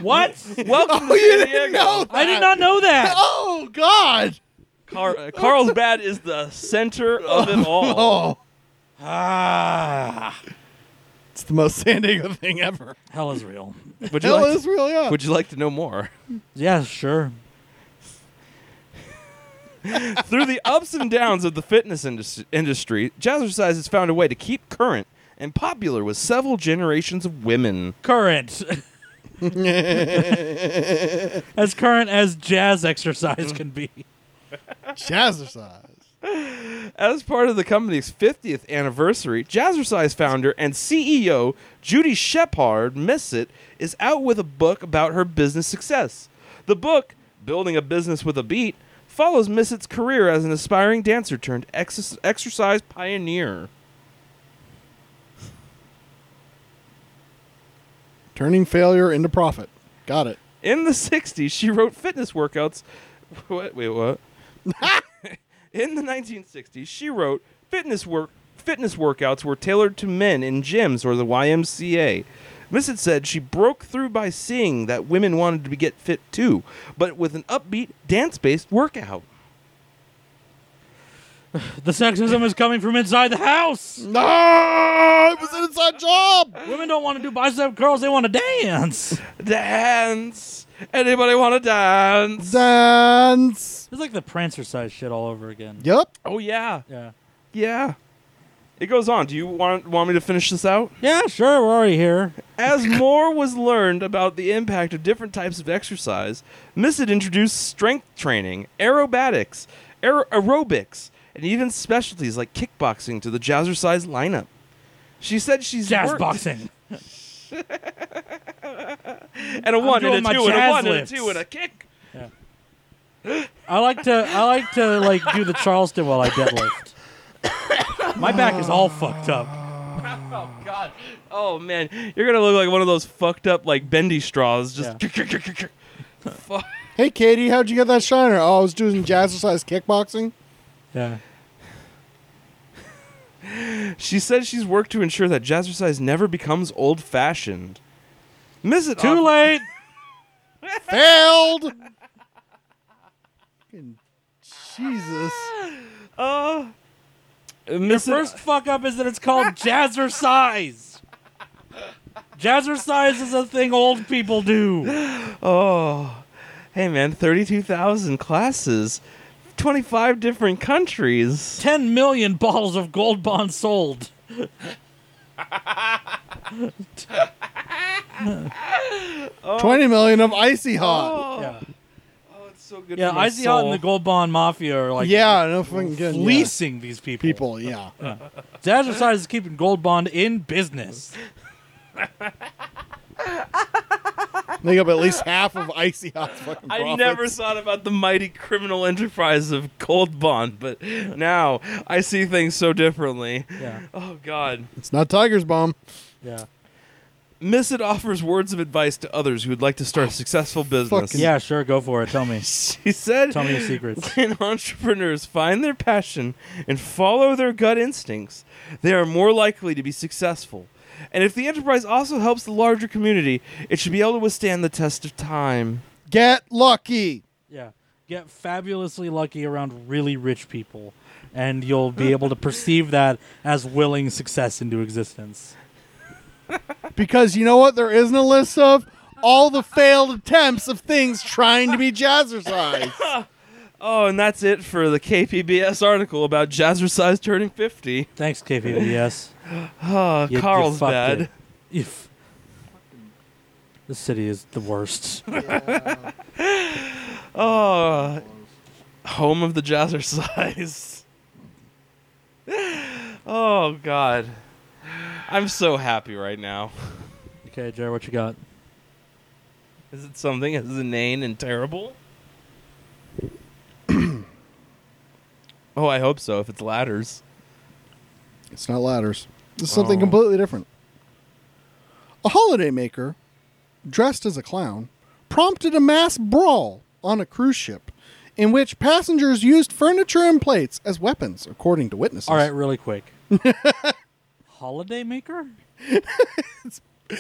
Speaker 5: what?
Speaker 3: Welcome to San Diego.
Speaker 5: I did not know that.
Speaker 2: Oh God.
Speaker 3: Car- uh, Carlsbad is the center of it all.
Speaker 2: Oh. Ah. It's the most San Diego thing ever.
Speaker 1: Hell is real.
Speaker 3: Would you
Speaker 2: Hell
Speaker 3: like
Speaker 2: is real. Yeah.
Speaker 3: Would you like to know more?
Speaker 1: Yeah. Sure.
Speaker 3: Through the ups and downs of the fitness indus- industry, Jazzercise has found a way to keep current and popular with several generations of women.
Speaker 1: Current. as current as jazz exercise can be.
Speaker 2: Jazzercise.
Speaker 3: As part of the company's 50th anniversary, Jazzercise founder and CEO Judy Shephard Missett is out with a book about her business success. The book, Building a Business with a Beat, follows Missett's career as an aspiring dancer turned ex- exercise pioneer.
Speaker 2: Turning failure into profit. Got it.
Speaker 3: In the 60s, she wrote fitness workouts. What? Wait, what? in the 1960s, she wrote fitness work fitness workouts were tailored to men in gyms or the YMCA. Missett said she broke through by seeing that women wanted to be get fit too, but with an upbeat dance-based workout.
Speaker 5: The sexism is coming from inside the house.
Speaker 2: No, it was an inside job.
Speaker 5: Women don't want to do bicep curls, they want to dance.
Speaker 3: Dance. Anybody want to dance?
Speaker 2: Dance.
Speaker 1: It's like the prancer size shit all over again.
Speaker 2: Yep.
Speaker 3: Oh yeah.
Speaker 1: Yeah.
Speaker 3: Yeah. It goes on. Do you want want me to finish this out?
Speaker 1: Yeah. Sure. We're already here.
Speaker 3: As more was learned about the impact of different types of exercise, Missett introduced strength training, aerobatics, aer- aerobics, and even specialties like kickboxing to the jazzercise lineup. She said she's
Speaker 5: Jazz
Speaker 3: worked-
Speaker 5: boxing.
Speaker 3: and a one and
Speaker 5: doing
Speaker 3: a
Speaker 5: my
Speaker 3: two and a
Speaker 5: jazz
Speaker 3: one
Speaker 5: lifts.
Speaker 3: and a two and a kick.
Speaker 1: I like to. I like to like do the Charleston while I deadlift.
Speaker 5: My back is all fucked up.
Speaker 3: Oh God! Oh man, you're gonna look like one of those fucked up like bendy straws. Just Fuck.
Speaker 2: Hey, Katie, how'd you get that shiner? Oh, I was doing jazzercise kickboxing.
Speaker 1: Yeah.
Speaker 3: She says she's worked to ensure that jazzercise never becomes old-fashioned. Missett
Speaker 1: Too
Speaker 3: off-
Speaker 1: late.
Speaker 2: Failed. Fucking Jesus.
Speaker 3: Uh,
Speaker 1: Your
Speaker 3: Missett,
Speaker 1: first fuck up is that it's called jazzercise. Jazzercise is a thing old people do.
Speaker 3: Oh, hey man, thirty-two thousand classes, twenty-five different countries.
Speaker 1: Ten million bottles of Gold Bond sold.
Speaker 2: Twenty million of icy hot.
Speaker 3: Oh,
Speaker 1: Yeah.
Speaker 3: oh, it's so good.
Speaker 1: Yeah.
Speaker 3: for my
Speaker 1: I see how in
Speaker 3: soul.
Speaker 1: the Gold Bond Mafia are like
Speaker 2: yeah, no fucking good. yeah.
Speaker 1: fleecing these people.
Speaker 2: people. Yeah.
Speaker 1: Jazzercise is keeping Gold Bond in business.
Speaker 2: Make up at least half of icy hot's fucking profits.
Speaker 3: I never thought about the mighty criminal enterprise of Gold Bond, but now I see things so differently.
Speaker 1: Yeah.
Speaker 3: Oh God.
Speaker 2: It's not Tiger's bomb.
Speaker 1: Yeah.
Speaker 3: Missit offers words of advice to others who would like to start a successful business.
Speaker 2: fucking-
Speaker 1: Yeah. Sure. Go for it. Tell me.
Speaker 3: She said
Speaker 1: Tell me your secrets.
Speaker 3: When entrepreneurs find their passion and follow their gut instincts, they are more likely to be successful. And if the enterprise also helps the larger community, it should be able to withstand the test of time.
Speaker 2: Get lucky.
Speaker 1: Yeah. Get fabulously lucky around really rich people, and you'll be able to perceive that as willing success into existence.
Speaker 2: Because you know what? There isn't a list of all the failed attempts of things trying to be jazzercise.
Speaker 3: Oh, and that's it for the KPBS article about Jazzercise turning 50.
Speaker 1: Thanks, KPBS.
Speaker 3: Oh,
Speaker 1: You- you
Speaker 3: Carlsbad.
Speaker 1: fucked it. You f- the city is the worst.
Speaker 3: Oh, home of the jazzercise. oh God, I'm so happy right now.
Speaker 1: okay, Jared, what you got?
Speaker 3: Is it something as inane and terrible? oh, I hope so. If it's ladders,
Speaker 2: It's not ladders. This is something
Speaker 3: Oh.
Speaker 2: completely different. A holiday maker, dressed as a clown, prompted a mass brawl on a cruise ship in which passengers used furniture and plates as weapons, according to witnesses.
Speaker 1: All right, really quick. Holiday maker?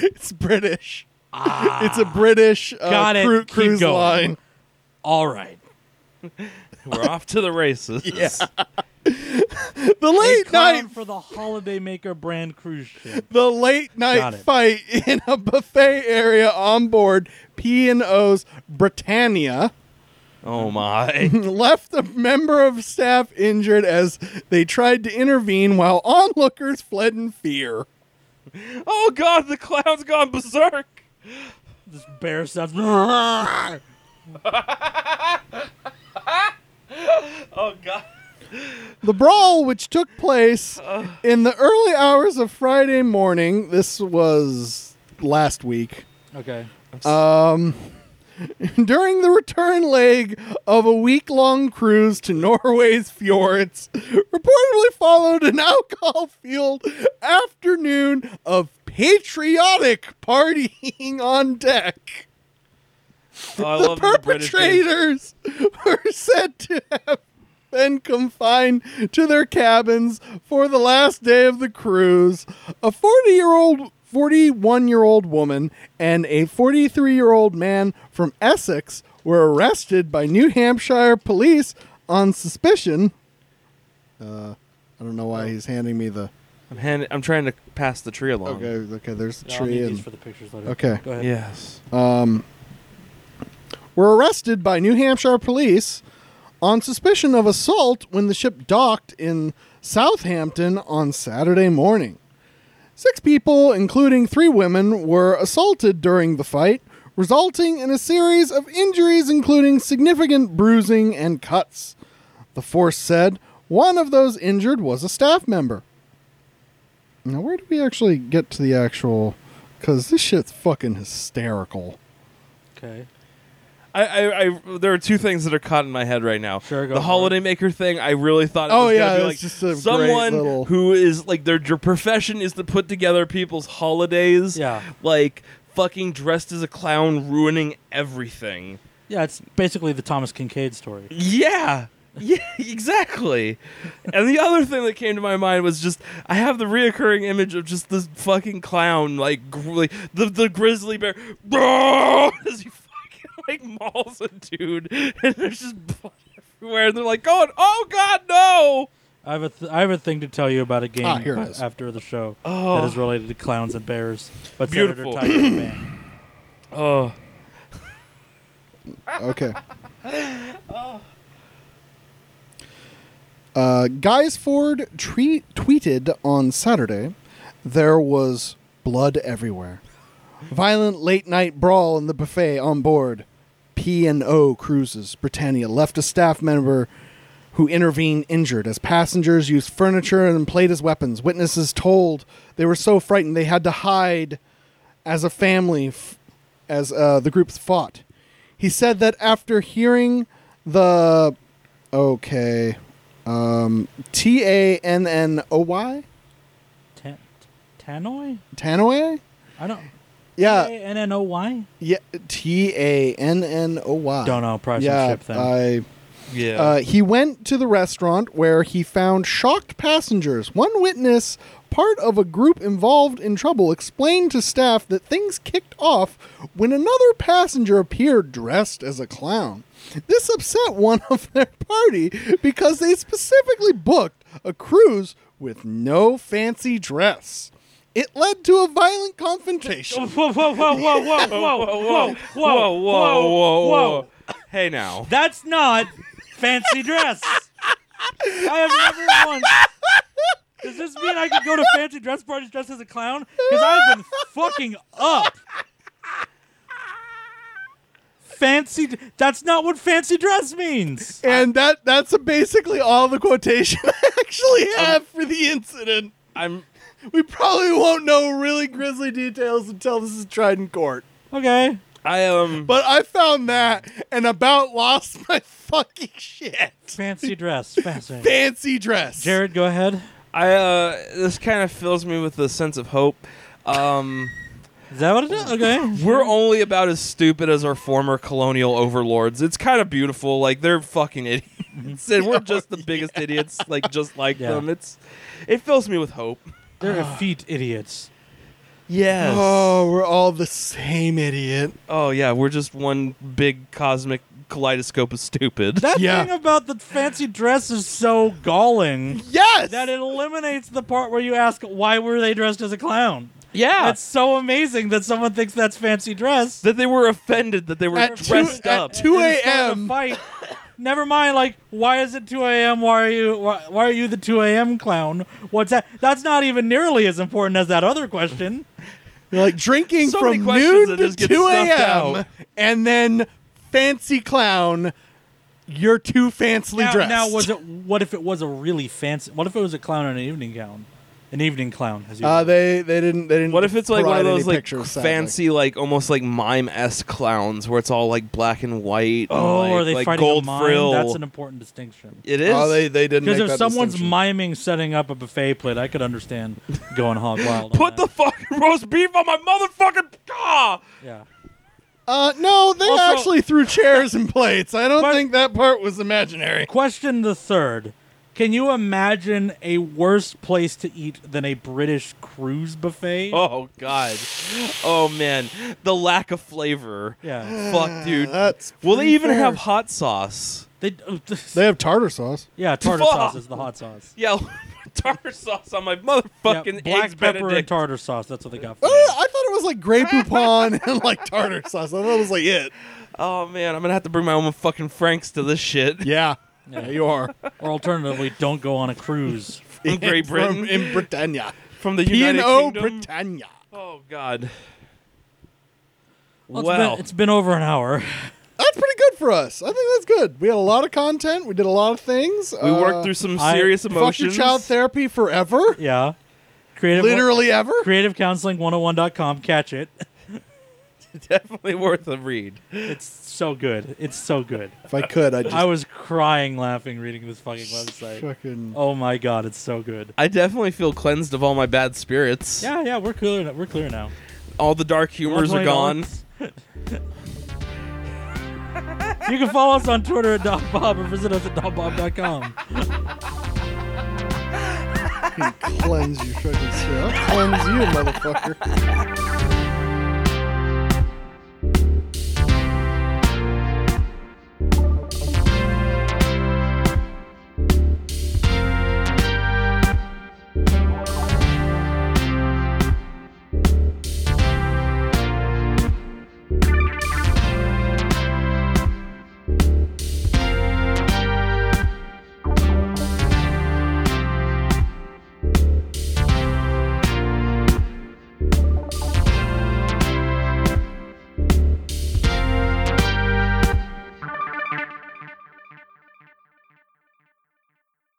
Speaker 2: It's British. It's a British uh,
Speaker 1: Got it.
Speaker 2: cru-
Speaker 1: Keep
Speaker 2: cruise
Speaker 1: going.
Speaker 2: line.
Speaker 1: All right.
Speaker 3: we're off to the races.
Speaker 2: Yeah. The
Speaker 1: A
Speaker 2: late
Speaker 1: clown
Speaker 2: night
Speaker 1: for the Holiday Maker brand cruise ship.
Speaker 2: the late
Speaker 1: Got
Speaker 2: night
Speaker 1: it.
Speaker 2: fight in a buffet area on board P&O's Britannia.
Speaker 3: Oh my.
Speaker 2: left a member of staff injured as they tried to intervene while onlookers fled in fear.
Speaker 3: Oh God, the clown's gone berserk.
Speaker 1: This bear sounds. I
Speaker 3: Oh God.
Speaker 2: The brawl, which took place in the early hours of Friday morning, this was last week.
Speaker 1: Okay.
Speaker 2: Um, during the return leg of a week long cruise to Norway's fjords, reportedly followed an alcohol fueled afternoon of patriotic partying on deck.
Speaker 3: Oh, I
Speaker 2: the
Speaker 3: love that the British did-
Speaker 2: perpetrators were said to have been confined to their cabins for the last day of the cruise. A 40 year old, 41 year old woman and a 43 year old man from Essex were arrested by New Hampshire police on suspicion. Uh, I don't know
Speaker 3: Oh.
Speaker 2: why he's handing me the.
Speaker 3: I'm, hand- I'm trying to pass the tree along.
Speaker 2: Okay, okay, there's a
Speaker 1: I'll need
Speaker 2: tree.
Speaker 1: these
Speaker 2: And,
Speaker 1: for the pictures later.
Speaker 2: okay.
Speaker 1: Go ahead.
Speaker 3: Yes.
Speaker 2: were arrested by New Hampshire police on suspicion of assault when the ship docked in Southampton on Saturday morning. Six people, including three women, were assaulted during the fight, resulting in a series of injuries, including significant bruising and cuts. The force said one of those injured was a staff member. Now, where do we actually get to the actual? Because this shit's fucking hysterical.
Speaker 1: Okay.
Speaker 3: I, I, I, there are two things that are caught in my head right now.
Speaker 1: Sure, go
Speaker 3: the
Speaker 1: for
Speaker 3: holiday maker thing. I really thought. It
Speaker 2: Oh,
Speaker 3: was gonna
Speaker 2: yeah,
Speaker 3: be
Speaker 2: it was
Speaker 3: like
Speaker 2: just a great
Speaker 3: someone
Speaker 2: little-
Speaker 3: who is like their, dr- profession is to put together people's holidays.
Speaker 1: Yeah.
Speaker 3: like fucking dressed as a clown, ruining everything.
Speaker 1: Yeah, it's basically the Thomas Kincaid story.
Speaker 3: Yeah. Yeah, exactly. and the other thing that came to my mind was just I have the reoccurring image of just this fucking clown, like, gr- like the the grizzly bear, as he fucking like mauls a dude, and there's just blood everywhere, and they're like going, "Oh God, no!"
Speaker 1: I have a th- I have a thing to tell you about a game
Speaker 2: Ah, here it
Speaker 1: a-
Speaker 2: is.
Speaker 1: after the show
Speaker 3: Oh.
Speaker 1: that is related to clowns and bears. But
Speaker 3: Beautiful.
Speaker 1: Senator Tiger's fan.
Speaker 3: Oh,
Speaker 2: Okay. Uh, Guysford tre- tweeted on Saturday, there was blood everywhere. Violent late night brawl in the buffet on board P&O Cruises Britannia left a staff member who intervened injured as passengers used furniture and plate as weapons. Witnesses told they were so frightened they had to hide as a family f- as uh, the groups fought. He said that after hearing the okay, um, T A N N O Y
Speaker 1: Tan- Tannoy?
Speaker 2: Tanoy,
Speaker 1: I don't.
Speaker 2: yeah,
Speaker 1: N N O Y.
Speaker 2: yeah, T A N N O Y.
Speaker 1: Don't know. Probably some
Speaker 2: Yeah,
Speaker 1: ship thing.
Speaker 2: I.
Speaker 3: yeah.
Speaker 2: Uh, he went to the restaurant where he found shocked passengers. One witness, part of a group involved in trouble, explained to staff that things kicked off when another passenger appeared dressed as a clown. This upset one of their party because they specifically booked a cruise with no fancy dress. It led to a violent confrontation.
Speaker 5: Whoa, whoa, whoa, whoa, whoa, whoa, whoa, whoa, whoa,
Speaker 3: whoa, whoa, whoa, whoa. Hey now.
Speaker 1: That's not fancy dress. I have never once. Does this mean I could go to fancy dress parties dressed as a clown? Because I've been fucking up. Fancy. That's not what fancy dress means.
Speaker 2: And that that's basically all the quotation I actually
Speaker 1: Um,
Speaker 2: have for the incident.
Speaker 3: I'm
Speaker 2: We probably won't know really grisly details until this is tried in court.
Speaker 1: Okay.
Speaker 3: I um, am
Speaker 2: But I found that and about lost my fucking shit.
Speaker 1: Fancy dress. Fascinating.
Speaker 2: Fancy dress.
Speaker 1: Jared, go ahead.
Speaker 3: I uh this kind of fills me with a sense of hope. Um
Speaker 1: Is that what it is? Okay.
Speaker 3: we're only about as stupid as our former colonial overlords. It's kind of beautiful. Like they're fucking idiots, and we're just the biggest idiots. Like just like
Speaker 1: Yeah.
Speaker 3: them. It's it fills me with hope.
Speaker 1: They're effete idiots.
Speaker 3: Yes. Oh.
Speaker 2: Oh, we're all the same idiot.
Speaker 3: yeah, we're just one big cosmic kaleidoscope of stupid.
Speaker 1: That
Speaker 2: Yeah.
Speaker 1: thing about the fancy dress is so galling
Speaker 2: Yes.
Speaker 1: that it eliminates the part where you ask why were they dressed as a clown.
Speaker 3: yeah.
Speaker 1: That's so amazing that someone thinks that's fancy dress.
Speaker 3: that they were offended that they were
Speaker 2: At two-
Speaker 3: dressed
Speaker 2: at
Speaker 3: up.
Speaker 2: two- 2
Speaker 1: And start
Speaker 2: a.m..
Speaker 1: the Fight. Never mind. Like, why is it 2 a.m.? Why are you? Why, why are you the 2 a.m. clown? What's that? That's not even nearly as important as that other question.
Speaker 2: You're like drinking
Speaker 3: So many
Speaker 2: from
Speaker 3: questions
Speaker 2: noon
Speaker 3: that
Speaker 2: to
Speaker 3: just get
Speaker 2: 2
Speaker 3: stuffed
Speaker 2: a.m.
Speaker 3: out.
Speaker 2: and then fancy clown, you're too fancily
Speaker 1: Now,
Speaker 2: dressed.
Speaker 1: now, was it? What if it was a really fancy? What if it was a clown in an evening gown? An evening clown. As you
Speaker 2: Uh, they they didn't they didn't.
Speaker 3: What if it's like one of
Speaker 2: provide any
Speaker 3: those like
Speaker 2: pictures, sadly.
Speaker 3: fancy, like almost like mime esque clowns where it's all like black and white?
Speaker 1: oh,
Speaker 3: and, like,
Speaker 1: are they
Speaker 3: like
Speaker 1: fighting
Speaker 3: gold
Speaker 1: a mime?
Speaker 3: frill?
Speaker 1: That's an important distinction.
Speaker 3: it is.
Speaker 2: Oh, they they didn't.
Speaker 1: Because
Speaker 2: make
Speaker 1: if
Speaker 2: that
Speaker 1: someone's
Speaker 2: distinction.
Speaker 1: miming setting up a buffet plate, I could understand going hog wild. on
Speaker 3: Put the
Speaker 1: that.
Speaker 3: fucking roast beef on my motherfucking car.
Speaker 1: yeah.
Speaker 2: uh, no, they
Speaker 1: Also-
Speaker 2: actually threw chairs and plates. I don't
Speaker 1: But-
Speaker 2: think that part was imaginary.
Speaker 1: Question the third. Can you imagine a worse place to eat than a British cruise buffet?
Speaker 3: Oh god. Oh man, the lack of flavor.
Speaker 1: Yeah.
Speaker 3: Fuck, dude.
Speaker 2: That's
Speaker 3: Will they
Speaker 2: pretty
Speaker 3: even
Speaker 2: fair.
Speaker 3: have hot sauce?
Speaker 1: They,
Speaker 2: They have tartar sauce.
Speaker 1: yeah, tartar
Speaker 3: Fuck.
Speaker 1: sauce is the hot sauce.
Speaker 3: Yeah, tartar sauce on my
Speaker 1: Yeah,
Speaker 3: motherfucking
Speaker 1: black
Speaker 3: eggs
Speaker 1: pepper
Speaker 3: Benedict.
Speaker 1: and tartar sauce. That's what they got. For
Speaker 2: Uh,
Speaker 1: me.
Speaker 2: I thought it was like Grey Poupon and like tartar sauce. I thought it was like it.
Speaker 3: oh man, I'm gonna have to bring my own fucking Franks to this shit
Speaker 2: Yeah, yeah, you are
Speaker 1: Or alternatively, don't go on a cruise.
Speaker 3: from Great Britain,
Speaker 2: From-
Speaker 3: from,
Speaker 2: in Britannia.
Speaker 3: the
Speaker 2: P and
Speaker 3: United
Speaker 2: O
Speaker 3: Kingdom.
Speaker 2: Britannia.
Speaker 3: oh god.
Speaker 1: Well, it's been-
Speaker 3: well,
Speaker 1: it's been over an hour.
Speaker 2: That's pretty good for us. I think that's good. We had a lot of content. We did a lot of things.
Speaker 3: we worked
Speaker 2: Uh,
Speaker 3: through some
Speaker 1: I-
Speaker 3: serious
Speaker 2: fuck your
Speaker 3: emotions.
Speaker 2: child therapy forever.
Speaker 1: Yeah. Creative
Speaker 2: Literally ever.
Speaker 1: creativecounseling101.com. Catch it.
Speaker 3: Definitely worth a read.
Speaker 1: It's so good. It's so good.
Speaker 2: If I could, I'd just
Speaker 1: I was crying laughing reading this fucking website.
Speaker 2: fucking.
Speaker 1: Oh my god, it's so good.
Speaker 3: I definitely feel cleansed of all my bad spirits.
Speaker 1: Yeah, yeah, we're clear. We're clear now.
Speaker 3: All the dark humors are gone.
Speaker 1: you can follow us on Twitter at DobBob or visit us at DobBob.com.
Speaker 2: cleanse you, fucking shit. I'll cleanse you, motherfucker.